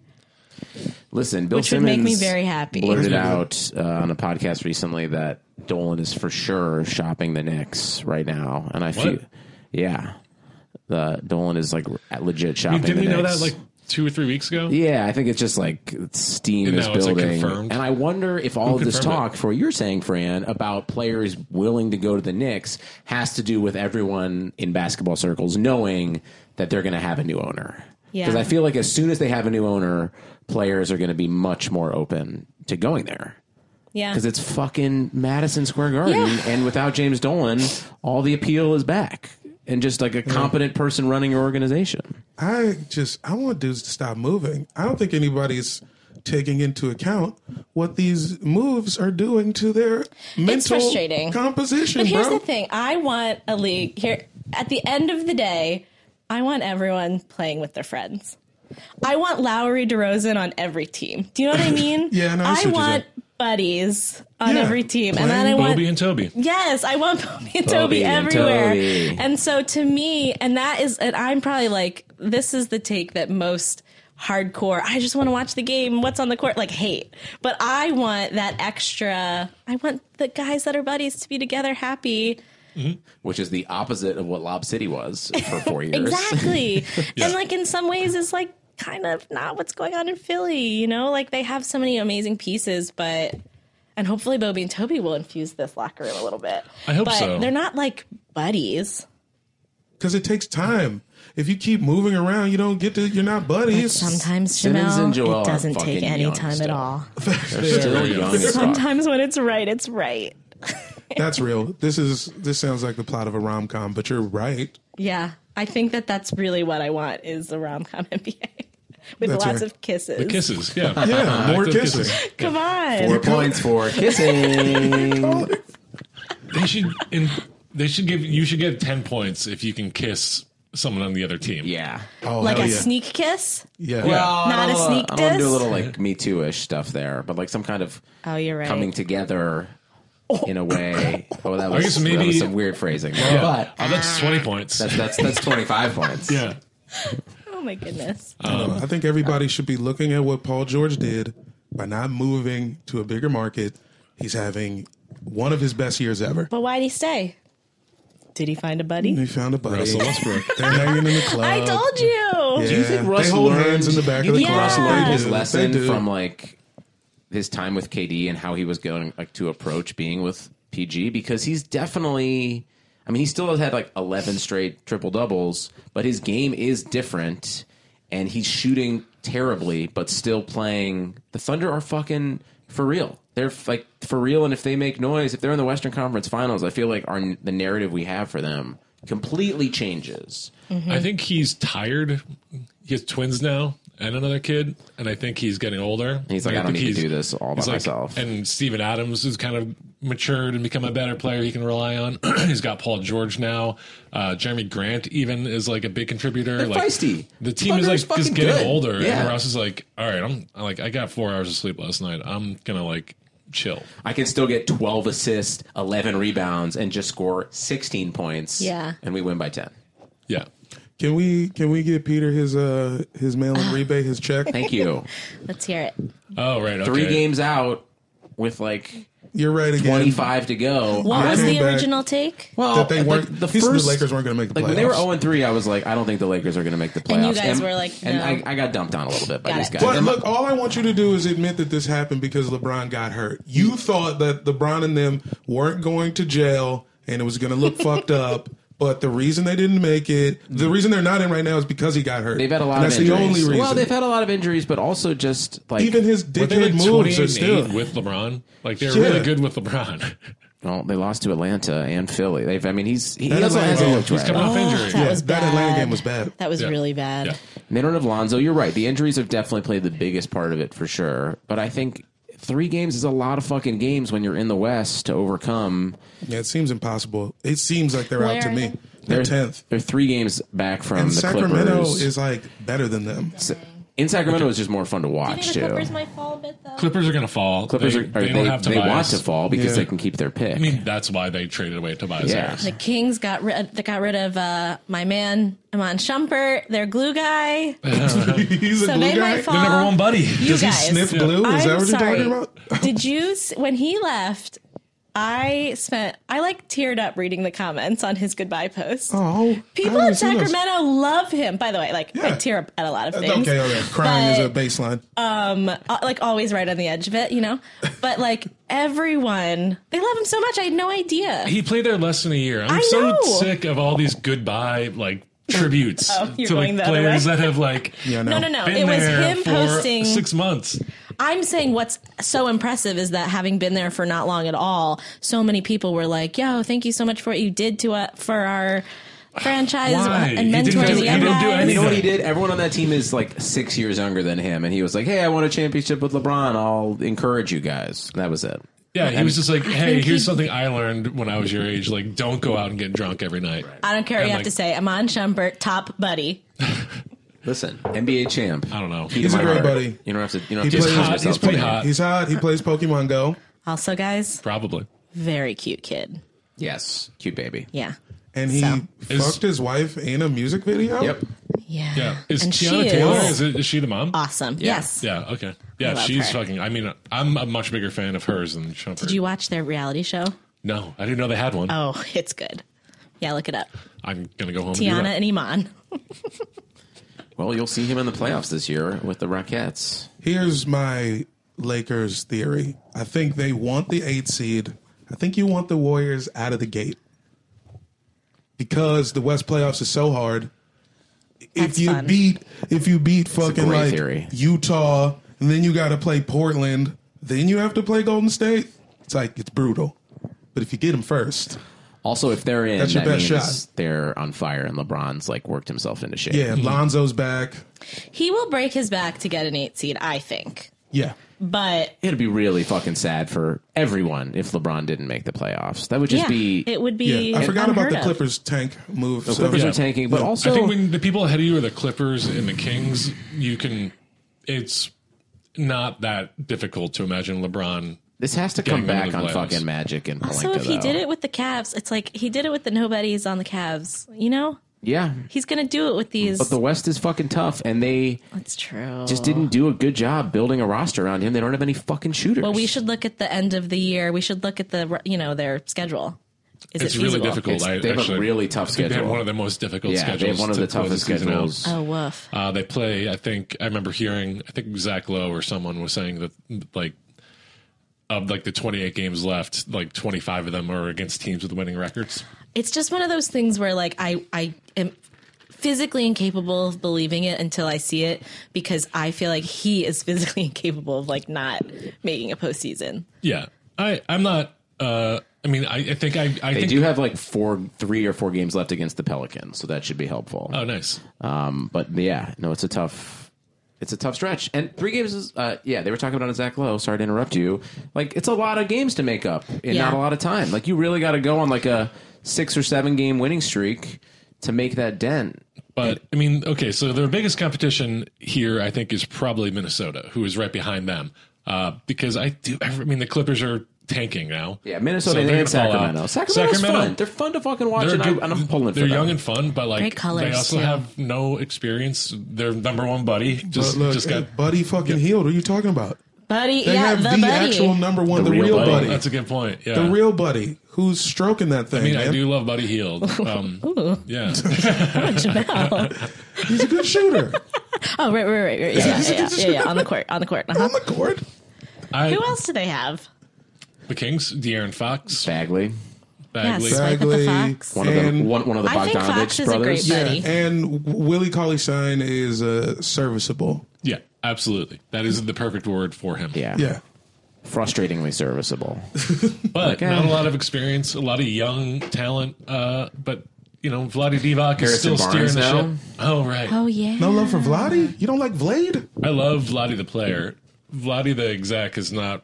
Speaker 2: Listen, Bill
Speaker 4: Which would
Speaker 2: Simmons
Speaker 4: make me very happy.
Speaker 2: Blurted out uh, on a podcast recently that Dolan is for sure shopping the Knicks right now, and I feel, yeah, the Dolan is like legit
Speaker 3: I
Speaker 2: shopping.
Speaker 3: mean, didn't
Speaker 2: the
Speaker 3: we know that
Speaker 2: Knicks.
Speaker 3: like two or three weeks ago?
Speaker 2: Yeah, I think it's just like steam
Speaker 3: And
Speaker 2: is
Speaker 3: now it's, like,
Speaker 2: building,
Speaker 3: confirmed.
Speaker 2: and I wonder if all of this
Speaker 3: confirmed
Speaker 2: talk for what you're saying, Fran, about players willing to go to the Knicks has to do with everyone in basketball circles knowing that they're going to have a new owner.
Speaker 4: Yeah.
Speaker 2: Because I feel like as soon as they have a new owner, players are going to be much more open to going there.
Speaker 4: Yeah.
Speaker 2: Because it's fucking Madison Square Garden,
Speaker 4: Yeah.
Speaker 2: and without James Dolan, all the appeal is back, and just like a competent person running your organization.
Speaker 1: I just I want dudes to stop moving. I don't think anybody's taking into account what these moves are doing to their mental
Speaker 4: frustrating.
Speaker 1: composition.
Speaker 4: But here's
Speaker 1: bro.
Speaker 4: the thing: I want a league here. At the end of the day, I want everyone playing with their friends. I want Lowry DeRozan on every team. Do you know what I mean?
Speaker 1: Yeah, no, I see what
Speaker 4: I
Speaker 1: you're
Speaker 4: want
Speaker 1: saying.
Speaker 4: buddies on
Speaker 1: Yeah,
Speaker 4: every team,
Speaker 1: playing
Speaker 4: and then I want
Speaker 3: Bobby and Toby.
Speaker 4: Yes, I want Bobby and Toby
Speaker 2: Bobby and
Speaker 4: everywhere.
Speaker 2: Toby.
Speaker 4: And so to me, and that is, and I'm probably like, this is the take that most hardcore, I just want to watch the game, what's on the court, like hate. But I want that extra, I want the guys that are buddies to be together happy.
Speaker 2: which is the opposite of what Lob City was for four years.
Speaker 4: Exactly. And like in some ways, it's like kind of not what's going on in Philly, you know? Like they have so many amazing pieces, but. And hopefully, Bobby and Toby will infuse this locker room a little bit.
Speaker 3: I hope
Speaker 4: but
Speaker 3: so.
Speaker 4: They're not like buddies.
Speaker 1: because it takes time. If you keep moving around, you don't get to. You're not buddies.
Speaker 4: Sometimes,
Speaker 2: Simmons and Joel
Speaker 4: Jamel,
Speaker 2: are
Speaker 4: it doesn't
Speaker 2: fucking
Speaker 4: take any
Speaker 2: young
Speaker 4: time at
Speaker 2: still.
Speaker 4: all.
Speaker 2: They're still young as fuck.
Speaker 4: Sometimes when it's right, it's right.
Speaker 1: That's real. This is this sounds like the plot of a rom com, but you're right.
Speaker 4: Yeah, I think that that's really what I want is a rom com NBA with
Speaker 1: That's right.
Speaker 4: lots of kisses.
Speaker 3: The kisses, yeah.
Speaker 1: Yeah, more
Speaker 3: those
Speaker 1: kissing.
Speaker 4: Come on.
Speaker 2: Four points for kissing.
Speaker 3: They should in, they should give you should get ten points if you can kiss someone on the other team.
Speaker 2: yeah.
Speaker 1: Oh,
Speaker 4: like
Speaker 1: hell
Speaker 4: a
Speaker 1: yeah.
Speaker 4: sneak kiss?
Speaker 1: Yeah.
Speaker 3: Oh,
Speaker 4: Not a sneak
Speaker 2: I want to do a
Speaker 4: diss?
Speaker 2: little like Me Too ish stuff there, but like some kind of
Speaker 4: Oh, you're right.
Speaker 2: coming together in a way. Oh, that was,
Speaker 3: guess
Speaker 2: that
Speaker 3: maybe-
Speaker 2: was some weird phrasing. But
Speaker 3: Oh, that's twenty points.
Speaker 2: that's that's that's twenty five points.
Speaker 3: yeah.
Speaker 4: Oh my goodness.
Speaker 1: I think everybody should be looking at what Paul George did by not moving to a bigger market. He's having one of his best years ever.
Speaker 4: But why'd he stay? Did he find a buddy?
Speaker 1: He found a buddy.
Speaker 6: Russell Westbrook.
Speaker 1: They're hanging in the club.
Speaker 4: I told you.
Speaker 1: Uh, Yeah.
Speaker 2: Do you think Russ
Speaker 1: they hold
Speaker 2: learned-
Speaker 1: hands in the back
Speaker 2: you
Speaker 1: of the
Speaker 2: think
Speaker 1: club?
Speaker 2: Russ
Speaker 4: Yeah.
Speaker 2: learned his
Speaker 1: They
Speaker 2: lesson
Speaker 1: do.
Speaker 2: from like his time with KD and how he was going like to approach being with PG because he's definitely. I mean, he still has had like eleven straight triple doubles, but his game is different, and he's shooting terribly, but still playing. The Thunder are fucking for real. They're like for real, and if they make noise, if they're in the Western Conference Finals, I feel like our the narrative we have for them completely changes.
Speaker 3: I think he's tired. He has twins now and another kid, and I think he's getting older.
Speaker 2: He's like, I don't
Speaker 3: think
Speaker 2: need to
Speaker 3: he's-
Speaker 2: do this all by
Speaker 3: he's like-
Speaker 2: myself.
Speaker 3: And Steven Adams has kind of matured and become a better player he can rely on. he's got Paul George now. Uh, Jeremy Grant even is like a big contributor.
Speaker 2: They're
Speaker 3: like,
Speaker 2: feisty.
Speaker 3: The team
Speaker 2: Thunder
Speaker 3: is like
Speaker 2: is
Speaker 3: just
Speaker 2: fucking
Speaker 3: getting
Speaker 2: good.
Speaker 3: older.
Speaker 2: Yeah.
Speaker 3: And Russ is like, all right, I'm I'm like, I got four hours of sleep last night. I'm gonna like chill.
Speaker 2: I can still get 12 assists, 11 rebounds, and just score 16 points.
Speaker 4: Yeah.
Speaker 2: And we win by 10.
Speaker 3: Yeah.
Speaker 1: Can we can we get Peter his uh his mail and rebate his check?
Speaker 2: Thank you.
Speaker 4: Let's hear it.
Speaker 3: Oh right. Okay.
Speaker 2: Three games out with like
Speaker 1: You're right again.
Speaker 2: 25 to go.
Speaker 4: What
Speaker 1: I
Speaker 4: was
Speaker 1: came
Speaker 4: the
Speaker 1: back-
Speaker 4: original take?
Speaker 2: Well,
Speaker 1: That they
Speaker 2: like,
Speaker 1: weren't- he said the Lakers weren't gonna make the
Speaker 2: Like when they were
Speaker 1: playoffs.
Speaker 2: 0 3, I was like, I don't think the Lakers are going to make the playoffs.
Speaker 4: And you guys were like,
Speaker 2: and
Speaker 4: no.
Speaker 2: I, I got dumped on a little bit by
Speaker 4: Got
Speaker 2: these
Speaker 4: it.
Speaker 2: guys.
Speaker 1: But
Speaker 2: And
Speaker 1: look, all I want you to do is admit that this happened because LeBron got hurt.
Speaker 2: Mm.
Speaker 1: You thought that LeBron and them weren't going to jail and it was going to look fucked up. But the reason they didn't make it, the reason they're not in right now is because he got hurt.
Speaker 2: Mm. they've had a lot
Speaker 1: And
Speaker 2: of
Speaker 1: that's
Speaker 2: injuries.
Speaker 1: the only reason.
Speaker 2: Well, they've had a lot of injuries, but also just like
Speaker 1: Even his
Speaker 3: Were they
Speaker 1: dickhead
Speaker 3: like
Speaker 1: moves
Speaker 3: twenty
Speaker 1: are
Speaker 3: eight
Speaker 1: still.
Speaker 3: and eight with LeBron? Like they're
Speaker 1: Yeah.
Speaker 3: really good with LeBron.
Speaker 2: well, they lost to Atlanta and Philly. They've, I mean, he's he,
Speaker 1: That
Speaker 2: also
Speaker 1: Atlanta
Speaker 2: hasn't
Speaker 1: game.
Speaker 2: looked
Speaker 3: He's
Speaker 2: right.
Speaker 3: coming off injury.
Speaker 4: That
Speaker 1: Yeah,
Speaker 4: was
Speaker 1: that
Speaker 4: bad.
Speaker 1: Atlanta game was bad.
Speaker 4: That was
Speaker 3: Yeah.
Speaker 4: really bad.
Speaker 3: Yeah.
Speaker 2: And They don't have Lonzo. You're right. The injuries have definitely played the biggest part of it for sure. But I think three games is a lot of fucking games when you're in the West to overcome.
Speaker 1: Yeah, it seems impossible. It seems like they're out to
Speaker 4: Where-
Speaker 1: me. They're tenth,
Speaker 2: They're three games back from
Speaker 1: and
Speaker 2: the
Speaker 1: Sacramento
Speaker 2: Clippers.
Speaker 1: is like better than them.
Speaker 2: in Sacramento is just more fun to watch too.
Speaker 4: might fall a bit though?
Speaker 3: Clippers are gonna fall.
Speaker 2: Clippers
Speaker 3: they,
Speaker 2: are,
Speaker 3: they
Speaker 2: they,
Speaker 3: don't
Speaker 2: they,
Speaker 3: have
Speaker 2: want
Speaker 3: Tobias.
Speaker 2: to fall because
Speaker 1: Yeah.
Speaker 2: they can keep their pick.
Speaker 3: I mean, that's why they traded away Tobias
Speaker 2: yeah.
Speaker 3: Harris.
Speaker 4: The Kings got rid. They got rid of uh, my man Amon Shumpert, their glue guy.
Speaker 1: He's a
Speaker 4: So
Speaker 1: glue
Speaker 4: they
Speaker 1: guy.
Speaker 4: might fall.
Speaker 3: Their number one buddy.
Speaker 4: You
Speaker 1: Does he
Speaker 4: guys.
Speaker 1: sniff glue? Is that
Speaker 4: I'm
Speaker 1: what you're
Speaker 4: sorry.
Speaker 1: talking about?
Speaker 4: Did you s- when he left? I spent. I like teared up reading the comments on his goodbye post.
Speaker 1: Oh,
Speaker 4: People
Speaker 1: I
Speaker 4: in
Speaker 1: haven't seen those.
Speaker 4: Sacramento love him. By the way, like I
Speaker 1: Yeah.
Speaker 4: tear up at a lot of
Speaker 3: Uh,
Speaker 1: That's
Speaker 4: things.
Speaker 1: Okay, okay. Crying
Speaker 4: But-
Speaker 1: is a baseline.
Speaker 4: uh, like always right on the edge of it, you know. But like everyone, they love him so much. I had no idea.
Speaker 3: He played there less than a year. I'm
Speaker 4: I
Speaker 3: so
Speaker 4: know.
Speaker 3: sick of all these goodbye like tributes
Speaker 4: Oh, you're
Speaker 3: to like
Speaker 4: going the other
Speaker 3: players
Speaker 4: way.
Speaker 3: that have like
Speaker 1: yeah,
Speaker 4: no, no, no.
Speaker 3: been
Speaker 4: It was
Speaker 3: there
Speaker 4: him
Speaker 3: for
Speaker 4: posting.
Speaker 3: six months.
Speaker 4: I'm saying what's so impressive is that having been there for not long at all, so many people were like, "Yo, thank you so much for what you did to us for uh, our." franchise uh,
Speaker 3: Why?
Speaker 4: and
Speaker 3: He didn't
Speaker 4: mentor
Speaker 3: do-
Speaker 4: the
Speaker 3: he
Speaker 4: young
Speaker 3: didn't do
Speaker 4: guys.
Speaker 2: You know what he
Speaker 3: anything.
Speaker 2: did? Everyone on that team is like six years younger than him, and he was like, "Hey, I won a championship with LeBron. I'll encourage you guys." That was it.
Speaker 3: Yeah, he was just like, "Hey,
Speaker 4: think
Speaker 3: here's
Speaker 4: he-
Speaker 3: something I learned when I was your age. Like, don't go out and get drunk every night."
Speaker 4: I don't care what
Speaker 3: And,
Speaker 4: you
Speaker 3: like,
Speaker 4: have to say. Amon Schumpert, top buddy.
Speaker 2: Listen, NBA champ.
Speaker 3: I don't know.
Speaker 2: Key to
Speaker 1: He's a
Speaker 2: my
Speaker 1: great
Speaker 2: heart.
Speaker 1: buddy.
Speaker 2: You don't have to. You don't
Speaker 1: He
Speaker 2: have to.
Speaker 1: plays-
Speaker 2: defend
Speaker 3: He's hot.
Speaker 2: yourself
Speaker 3: He's pretty
Speaker 2: today.
Speaker 3: hot.
Speaker 1: He's hot. He plays Pokemon Go,
Speaker 4: Also, guys,
Speaker 3: Probably.
Speaker 4: very cute kid.
Speaker 2: Yes, cute baby.
Speaker 4: Yeah.
Speaker 1: and he
Speaker 4: So.
Speaker 3: Is-
Speaker 1: fucked his wife in a music video.
Speaker 2: Yep.
Speaker 4: Yeah.
Speaker 3: Yeah. Is
Speaker 4: and
Speaker 3: Tiana
Speaker 4: she
Speaker 3: Taylor?
Speaker 4: is,
Speaker 3: Is, it, is she the mom?
Speaker 4: awesome. Yes.
Speaker 3: Yeah. Okay. Yeah,
Speaker 4: love
Speaker 3: she's
Speaker 4: her.
Speaker 3: fucking. I mean, I'm a much bigger fan of hers than Shumpert.
Speaker 4: Did you watch their reality show?
Speaker 3: no, I didn't know they had one.
Speaker 4: Oh, it's good. Yeah, look it up.
Speaker 3: I'm gonna go home.
Speaker 4: Tiana
Speaker 3: and
Speaker 4: and Iman.
Speaker 2: Well, you'll see him in the playoffs this year with the Rockettes.
Speaker 1: Here's my Lakers theory. I think they want the eight seed. I think you want the Warriors out of the gate because the West playoffs is so hard.
Speaker 4: That's
Speaker 1: if you
Speaker 4: fun.
Speaker 1: beat, if you beat fucking
Speaker 2: great
Speaker 1: like
Speaker 2: theory.
Speaker 1: Utah, and then you got to play Portland, then you have to play Golden State. It's like it's brutal. But if you get them first,
Speaker 2: Also, if they're in,
Speaker 1: That's your
Speaker 2: that
Speaker 1: best
Speaker 2: means
Speaker 1: shot.
Speaker 2: they're on fire, and LeBron's like worked himself into shape.
Speaker 1: yeah, Lonzo's back.
Speaker 4: He will break his back to get an eight seed, I think.
Speaker 1: Yeah,
Speaker 4: But
Speaker 2: It'd be really fucking sad for everyone if LeBron didn't make the playoffs. That would just
Speaker 4: yeah,
Speaker 2: be.
Speaker 4: it would be.
Speaker 1: yeah. I forgot about
Speaker 4: unheard
Speaker 1: the
Speaker 4: of.
Speaker 1: Clippers tank move.
Speaker 2: the
Speaker 1: so-
Speaker 2: Clippers
Speaker 3: Yeah.
Speaker 2: are tanking, but
Speaker 1: Yeah.
Speaker 2: also
Speaker 3: I think when the people ahead of you are the Clippers and the Kings, you can. It's not that difficult to imagine LeBron.
Speaker 2: this has to
Speaker 3: Getting
Speaker 2: come back
Speaker 3: into the
Speaker 2: on
Speaker 3: playoffs.
Speaker 2: fucking Magic and Palenka.
Speaker 4: Also, if he
Speaker 2: though.
Speaker 4: did it with the Cavs, it's like he did it with the nobodies on the Cavs. You know,
Speaker 2: yeah.
Speaker 4: he's gonna do it with these.
Speaker 2: But the West is fucking tough, and they
Speaker 4: That's true.
Speaker 2: just didn't do a good job building a roster around him. They don't have any fucking shooters.
Speaker 4: Well, we should look at the end of the year. We should look at the you know their schedule. Is
Speaker 3: It's
Speaker 4: it
Speaker 3: really
Speaker 4: feasible?
Speaker 3: difficult.
Speaker 2: It's-
Speaker 3: I,
Speaker 2: they have a
Speaker 3: actually,
Speaker 2: really tough
Speaker 3: I think They have
Speaker 2: schedule.
Speaker 3: one of the most difficult
Speaker 2: Yeah,
Speaker 3: schedules.
Speaker 2: they have one of
Speaker 3: to
Speaker 2: the
Speaker 3: close
Speaker 2: toughest
Speaker 3: the season out.
Speaker 2: schedules.
Speaker 4: Oh woof.
Speaker 3: Uh, they play. I think I remember hearing. I think Zach Lowe or someone was saying that like of like the 28 games left, like 25 of them are against teams with winning records.
Speaker 4: It's just one of those things where like I I am physically incapable of believing it until I see it because I feel like he is physically incapable of like not making a postseason.
Speaker 3: Yeah, I I'm not. Uh, I mean, I, I think I I
Speaker 2: They
Speaker 3: think.
Speaker 2: do have like four, three or four games left against the Pelicans, so that should be helpful.
Speaker 3: oh, nice.
Speaker 2: Um, but yeah, no, it's a tough, it's a tough stretch. And three games is, uh, yeah, they were talking about it, Zach Lowe. Sorry to interrupt you. Like, it's a lot of games to make up in
Speaker 4: Yeah.
Speaker 2: not a lot of time. Like, you really got to go on like a six or seven game winning streak to make that dent.
Speaker 3: But I mean, okay, so their biggest competition here, I think, is probably Minnesota, who is right behind them. Uh, because I do, I mean, the Clippers are tanking now.
Speaker 2: Yeah, Minnesota
Speaker 3: So they're
Speaker 2: and
Speaker 3: gonna fall
Speaker 2: Sacramento.
Speaker 3: out.
Speaker 2: Sacramento's
Speaker 3: Sacramento-
Speaker 2: fun. They're fun to fucking watch, and, I, and I'm pulling for
Speaker 3: They're
Speaker 2: them.
Speaker 3: young and fun, but like
Speaker 4: Great colors,
Speaker 3: they also
Speaker 4: too.
Speaker 3: have no experience. Their number one buddy just
Speaker 1: But look,
Speaker 3: just got.
Speaker 1: Buddy fucking healed. What are you talking about?
Speaker 4: Buddy,
Speaker 1: They
Speaker 4: yeah,
Speaker 1: have
Speaker 4: the,
Speaker 1: the,
Speaker 4: buddy.
Speaker 1: actual number one,
Speaker 2: The
Speaker 1: the,
Speaker 2: real
Speaker 1: real
Speaker 2: buddy.
Speaker 1: buddy,
Speaker 3: That's a good point. Yeah,
Speaker 1: the real buddy who's stroking that thing.
Speaker 3: I mean, I
Speaker 1: man.
Speaker 3: do love Buddy Heald. Um, yeah,
Speaker 4: Jamel.
Speaker 1: He's a good shooter
Speaker 4: Oh right, right, right, right. Yeah, yeah, yeah, yeah, yeah. On the court, on the court. Uh-huh.
Speaker 1: on the court.
Speaker 3: I,
Speaker 4: Who else do they have?
Speaker 3: The Kings, De'Aaron Fox,
Speaker 2: Bagley,
Speaker 3: Bagley.
Speaker 4: Yes. Like with the
Speaker 1: Bagley,
Speaker 4: Fox.
Speaker 2: one of the
Speaker 1: And-
Speaker 2: one, one of the
Speaker 4: I think Fox
Speaker 2: Bogdanovich
Speaker 4: is a great
Speaker 2: brothers.
Speaker 4: bet.
Speaker 1: Yeah,
Speaker 4: Buddy.
Speaker 1: and Willie Cauley Stein is uh, serviceable.
Speaker 3: Yeah, absolutely. That is the perfect word for him.
Speaker 2: yeah,
Speaker 1: Yeah,
Speaker 2: frustratingly serviceable.
Speaker 3: but
Speaker 1: uh,
Speaker 3: not a lot of experience, a lot of young talent. Uh, but you know, Vladi Divac
Speaker 2: Harrison
Speaker 3: is still steering
Speaker 2: Barnes
Speaker 3: the
Speaker 2: now?
Speaker 3: ship. Oh right,
Speaker 4: Oh yeah.
Speaker 1: no love for Vladi. You don't like Vlade?
Speaker 3: I love Vladi the player. Vladi the exec is not.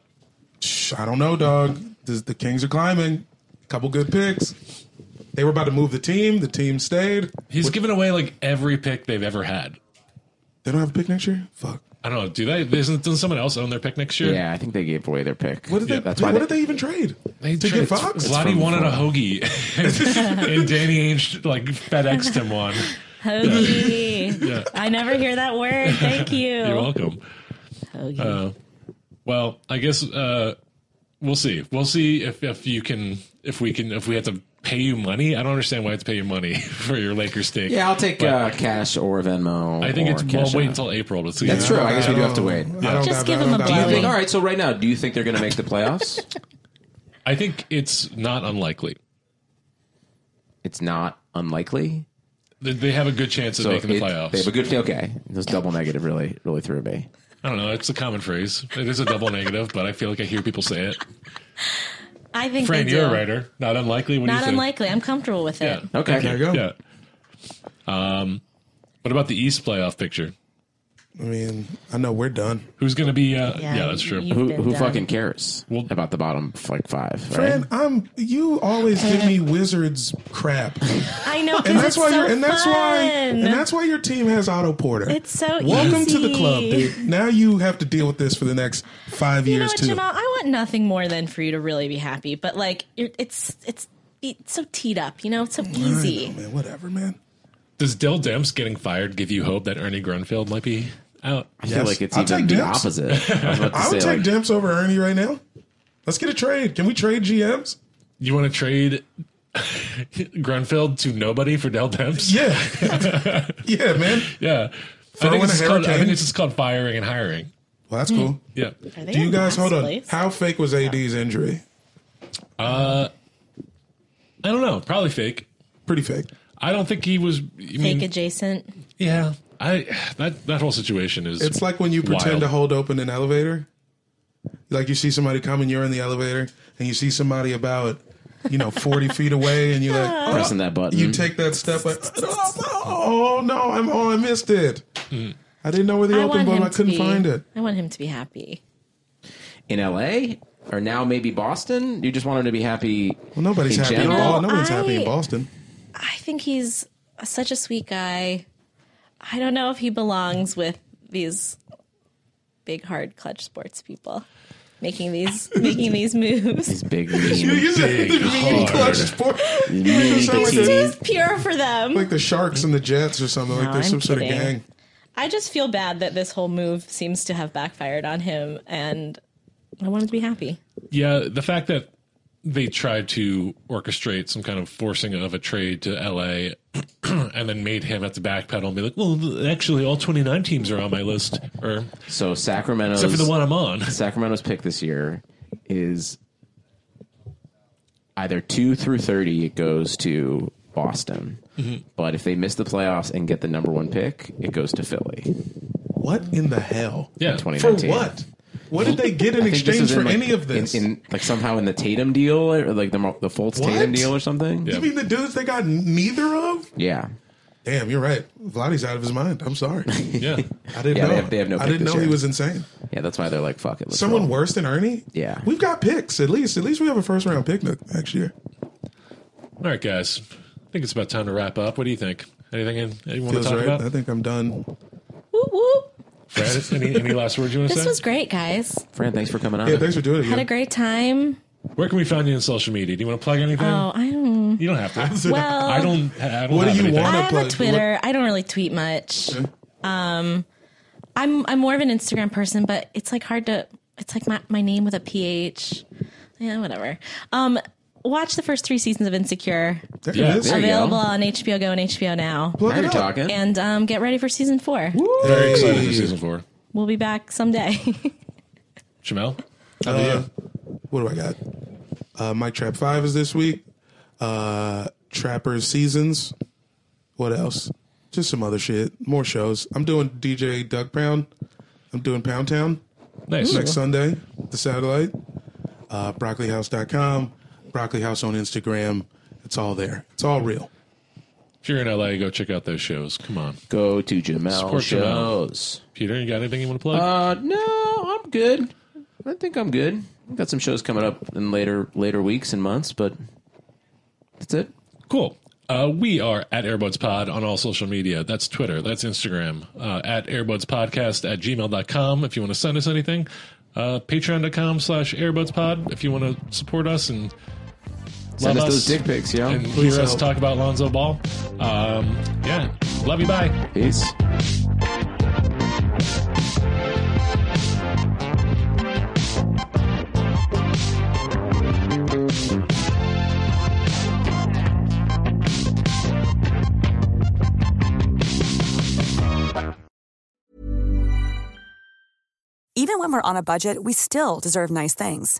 Speaker 1: Shh, I don't know, dog. This, the Kings are climbing. Couple good picks. They were about to move the team. The team stayed.
Speaker 3: He's given away like every pick they've ever had.
Speaker 1: They don't have a pick next year. Fuck.
Speaker 3: I don't know. Do they? Doesn't, doesn't someone else own their pick next year?
Speaker 2: Yeah, I think they gave away their pick.
Speaker 1: What did they?
Speaker 2: That's why
Speaker 1: what
Speaker 2: they-
Speaker 1: did they even trade?
Speaker 3: They
Speaker 1: to
Speaker 3: tried-
Speaker 1: get Fox.
Speaker 3: Vladi
Speaker 2: from
Speaker 3: wanted a
Speaker 2: Florida.
Speaker 3: hoagie, and, and Danny Ainge like FedExed him one.
Speaker 4: Hoagie. I never hear that word. Thank you.
Speaker 3: You're welcome. Uh,
Speaker 4: Hoagie.
Speaker 3: Well, I guess uh, we'll see. We'll see if, if you can, if we can, if we have to pay you money. I don't understand why I have to pay you money for your Lakers stake.
Speaker 2: Yeah, I'll take uh, cash or Venmo.
Speaker 3: I think
Speaker 2: or
Speaker 3: it's.
Speaker 2: Cash
Speaker 3: We'll wait
Speaker 2: App.
Speaker 3: until April to see.
Speaker 2: That's true. I guess we do have to wait.
Speaker 1: I don't
Speaker 4: Just
Speaker 1: doubt-
Speaker 4: give
Speaker 1: I
Speaker 4: him
Speaker 1: don't
Speaker 4: a
Speaker 1: doubt
Speaker 2: Do you
Speaker 1: that.
Speaker 4: Really?
Speaker 2: think? All right. So right now, do you think they're going to make the playoffs?
Speaker 3: I think it's not unlikely.
Speaker 2: it's not unlikely.
Speaker 3: They- They have a good chance of
Speaker 2: So
Speaker 3: making the
Speaker 2: it-
Speaker 3: playoffs.
Speaker 2: they have a good. Okay, this double negative really, really threw me.
Speaker 3: I don't know. It's a common phrase. It is a double negative, but I feel like I hear people say it.
Speaker 4: I think
Speaker 3: Fran,
Speaker 4: they do.
Speaker 3: you're a writer. Not unlikely. What do you
Speaker 4: Not
Speaker 3: think?
Speaker 4: unlikely. I'm comfortable with it.
Speaker 3: Yeah.
Speaker 2: Okay.
Speaker 1: There you go.
Speaker 3: Yeah. Um, what about the East playoff picture?
Speaker 1: I mean, I know we're done.
Speaker 3: Who's going to be? Uh, yeah, that's true.
Speaker 4: you've
Speaker 2: Who
Speaker 4: been
Speaker 2: who
Speaker 4: done.
Speaker 2: fucking cares about the bottom like five? Right?
Speaker 1: Fran, I'm you always give me wizards crap.
Speaker 4: I know,
Speaker 1: And that's
Speaker 4: it's
Speaker 1: why
Speaker 4: so
Speaker 1: you're and that's why and
Speaker 4: fun.
Speaker 1: that's why your team has Otto Porter.
Speaker 4: It's so
Speaker 1: Welcome to the
Speaker 4: easy.
Speaker 1: club, dude. Now you have to deal with this for the next five
Speaker 4: You know
Speaker 1: years
Speaker 4: what,
Speaker 1: too.
Speaker 4: Jamal? I want nothing more than for you to really be happy. But like, you're, it's it's it's so teed up. You know, it's so
Speaker 1: I know,
Speaker 4: easy.
Speaker 1: man, whatever, man.
Speaker 3: Does Dell Demps getting fired give you hope that Ernie Grunfeld might be out?
Speaker 2: I feel
Speaker 1: Yes.
Speaker 2: like it's
Speaker 1: I'll take
Speaker 2: even the
Speaker 1: Dips.
Speaker 2: opposite. I, was about to
Speaker 1: I would
Speaker 2: say,
Speaker 1: take
Speaker 2: like,
Speaker 1: Demps over Ernie right now. Let's get a trade. Can we trade GMs?
Speaker 3: You want to trade Grunfeld to nobody for Dell Demps?
Speaker 1: Yeah. yeah, man.
Speaker 3: Yeah. I
Speaker 1: Throw
Speaker 3: think,
Speaker 1: in
Speaker 3: it's
Speaker 1: a
Speaker 3: just called, I
Speaker 1: hurricane.
Speaker 3: think it's just called firing and hiring.
Speaker 1: Well, that's cool.
Speaker 3: Yeah.
Speaker 4: Are they
Speaker 1: Do you
Speaker 4: in
Speaker 1: guys
Speaker 4: last
Speaker 1: hold on?
Speaker 4: place?
Speaker 1: How fake was AD's injury?
Speaker 3: I don't know. Probably fake.
Speaker 1: Pretty fake.
Speaker 3: I don't think he was. I
Speaker 4: Fake
Speaker 3: mean,
Speaker 4: adjacent.
Speaker 3: yeah. I that that whole situation is.
Speaker 1: It's like when you pretend
Speaker 3: Wild.
Speaker 1: to hold open an elevator. Like you see somebody coming, you're in the elevator, and you see somebody about, you know, 40 feet away, and you're like, oh,
Speaker 2: pressing that button.
Speaker 1: you take that step, like, oh, no, oh, no, I'm, oh, I missed it.
Speaker 2: Mm.
Speaker 1: I didn't know where the
Speaker 4: I
Speaker 1: open
Speaker 4: want
Speaker 1: button,
Speaker 4: him
Speaker 1: I
Speaker 4: to
Speaker 1: couldn't
Speaker 4: be-
Speaker 1: find it.
Speaker 4: I want him to be happy.
Speaker 2: in L.A. or now maybe Boston. You just want him to be happy.
Speaker 1: Well, nobody's
Speaker 2: in
Speaker 1: happy in
Speaker 2: general?
Speaker 1: Boston. Nobody's
Speaker 4: I-
Speaker 1: happy in Boston.
Speaker 4: I think he's such a sweet guy. I don't know if he belongs with these big hard clutch sports people making these making these moves.
Speaker 2: He's big, mean,
Speaker 1: You said the mean clutch sport. You sound like the-
Speaker 4: He's just pure for them.
Speaker 1: Like the Sharks and the Jets or something. like
Speaker 4: No,
Speaker 1: they're some
Speaker 4: I'm
Speaker 1: sort of
Speaker 4: kidding.
Speaker 1: gang.
Speaker 4: I just feel bad that this whole move seems to have backfired on him, and I want him to be happy.
Speaker 3: yeah. The fact that they tried to orchestrate some kind of forcing of a trade to LA and then made him have to backpedal and be like, well, actually, all 29 teams are on my list, or
Speaker 2: so Sacramento's
Speaker 3: except for the one I'm on.
Speaker 2: Sacramento's pick this year is either two through thirty. It goes to Boston,
Speaker 1: Mm-hmm.
Speaker 2: but if they miss the playoffs and get the number one pick, it goes to Philly.
Speaker 1: What in the hell?
Speaker 3: Yeah.
Speaker 2: Twenty
Speaker 1: For
Speaker 2: nineteen.
Speaker 1: what? What did they get in
Speaker 2: I think this
Speaker 1: exchange
Speaker 2: is in,
Speaker 1: for
Speaker 2: like,
Speaker 1: any of this?
Speaker 2: In, in, like somehow in the Tatum deal, or like the Mar- the Fultz
Speaker 1: What?
Speaker 2: Tatum deal or something.
Speaker 3: Yeah.
Speaker 1: you mean the dudes they got neither of?
Speaker 2: Yeah.
Speaker 1: Damn, you're right. Vladdy's out of his mind. I'm sorry.
Speaker 3: Yeah.
Speaker 1: I didn't
Speaker 2: Yeah,
Speaker 1: know.
Speaker 2: they have- they have no
Speaker 1: I
Speaker 2: pick
Speaker 1: didn't know he
Speaker 2: this year.
Speaker 1: was insane.
Speaker 2: Yeah, that's why they're like, fuck it. Let's
Speaker 1: Someone
Speaker 2: roll.
Speaker 1: worse than Ernie?
Speaker 2: Yeah.
Speaker 1: We've got picks at least. At least we have a first round pick ne- next year.
Speaker 3: All right, guys. I think it's about time to wrap up. What do you think? Anything in- anyone want to
Speaker 1: Feels
Speaker 3: talk
Speaker 1: right. I
Speaker 3: about?
Speaker 1: think I'm done.
Speaker 4: Whoop whoop!
Speaker 3: Brad, any, any last words you want to
Speaker 4: This
Speaker 3: say?
Speaker 4: was great, guys.
Speaker 2: Fran, thanks for coming on.
Speaker 1: Yeah, thanks for doing it.
Speaker 4: Had a
Speaker 1: again.
Speaker 4: great time.
Speaker 3: Where can we find you on social media? Do you want to plug anything?
Speaker 4: Oh, I'm
Speaker 3: You don't have to.
Speaker 4: well.
Speaker 3: I don't. I don't
Speaker 1: What do
Speaker 3: have
Speaker 1: you
Speaker 3: anything.
Speaker 1: want?
Speaker 4: I have a
Speaker 1: plug-
Speaker 4: Twitter. I don't really tweet much. Um, I'm I'm more of an Instagram person, but it's like hard to. It's like my my name with a ph. Yeah, whatever. Um, watch the first three seasons of Insecure,
Speaker 1: There
Speaker 3: Yeah,
Speaker 1: it is.
Speaker 2: There you
Speaker 4: available
Speaker 2: go.
Speaker 4: on HBO Go and HBO Now,
Speaker 1: Plug
Speaker 2: Now
Speaker 1: it
Speaker 2: you're
Speaker 1: up.
Speaker 2: talking.
Speaker 4: and um, get ready for season four.
Speaker 3: Very excited for season four.
Speaker 4: We'll be back someday.
Speaker 3: Jamel,
Speaker 1: Uh, what do I got? Uh, Mike Trap Five is this week. Uh, Trappers Seasons. What else? Just some other shit. More shows. I'm doing DJ Doug Pound. I'm doing Pound Town
Speaker 3: nice.
Speaker 1: next Sunday. The Satellite. Uh, BroccoliHouse.com. Broccoli House on Instagram. It's all there. It's all real.
Speaker 3: If you're in LA, go check out those shows. Come on,
Speaker 2: Go to Jamel
Speaker 3: Support Jamel.
Speaker 2: shows.
Speaker 3: Peter. You got anything you want to plug?
Speaker 2: Uh, no, I'm good. I think I'm good. I've got some shows coming up in later later weeks and months, but that's it.
Speaker 3: Cool. Uh, we are at Airbuds Pod on all social media. That's Twitter. That's Instagram. Uh, at Airbuds Podcast at gmail.com if you want to send us anything. Uh, Patreon.com slash Airbuds Pod if you want to support us and
Speaker 2: Send
Speaker 3: love
Speaker 2: us those dick pics, yo.
Speaker 3: and uh,
Speaker 1: Please
Speaker 3: hear us
Speaker 1: help.
Speaker 3: talk about Lonzo Ball. Um, yeah. Love you. Bye.
Speaker 2: Peace.
Speaker 7: Even when we're on a budget, we still deserve nice things.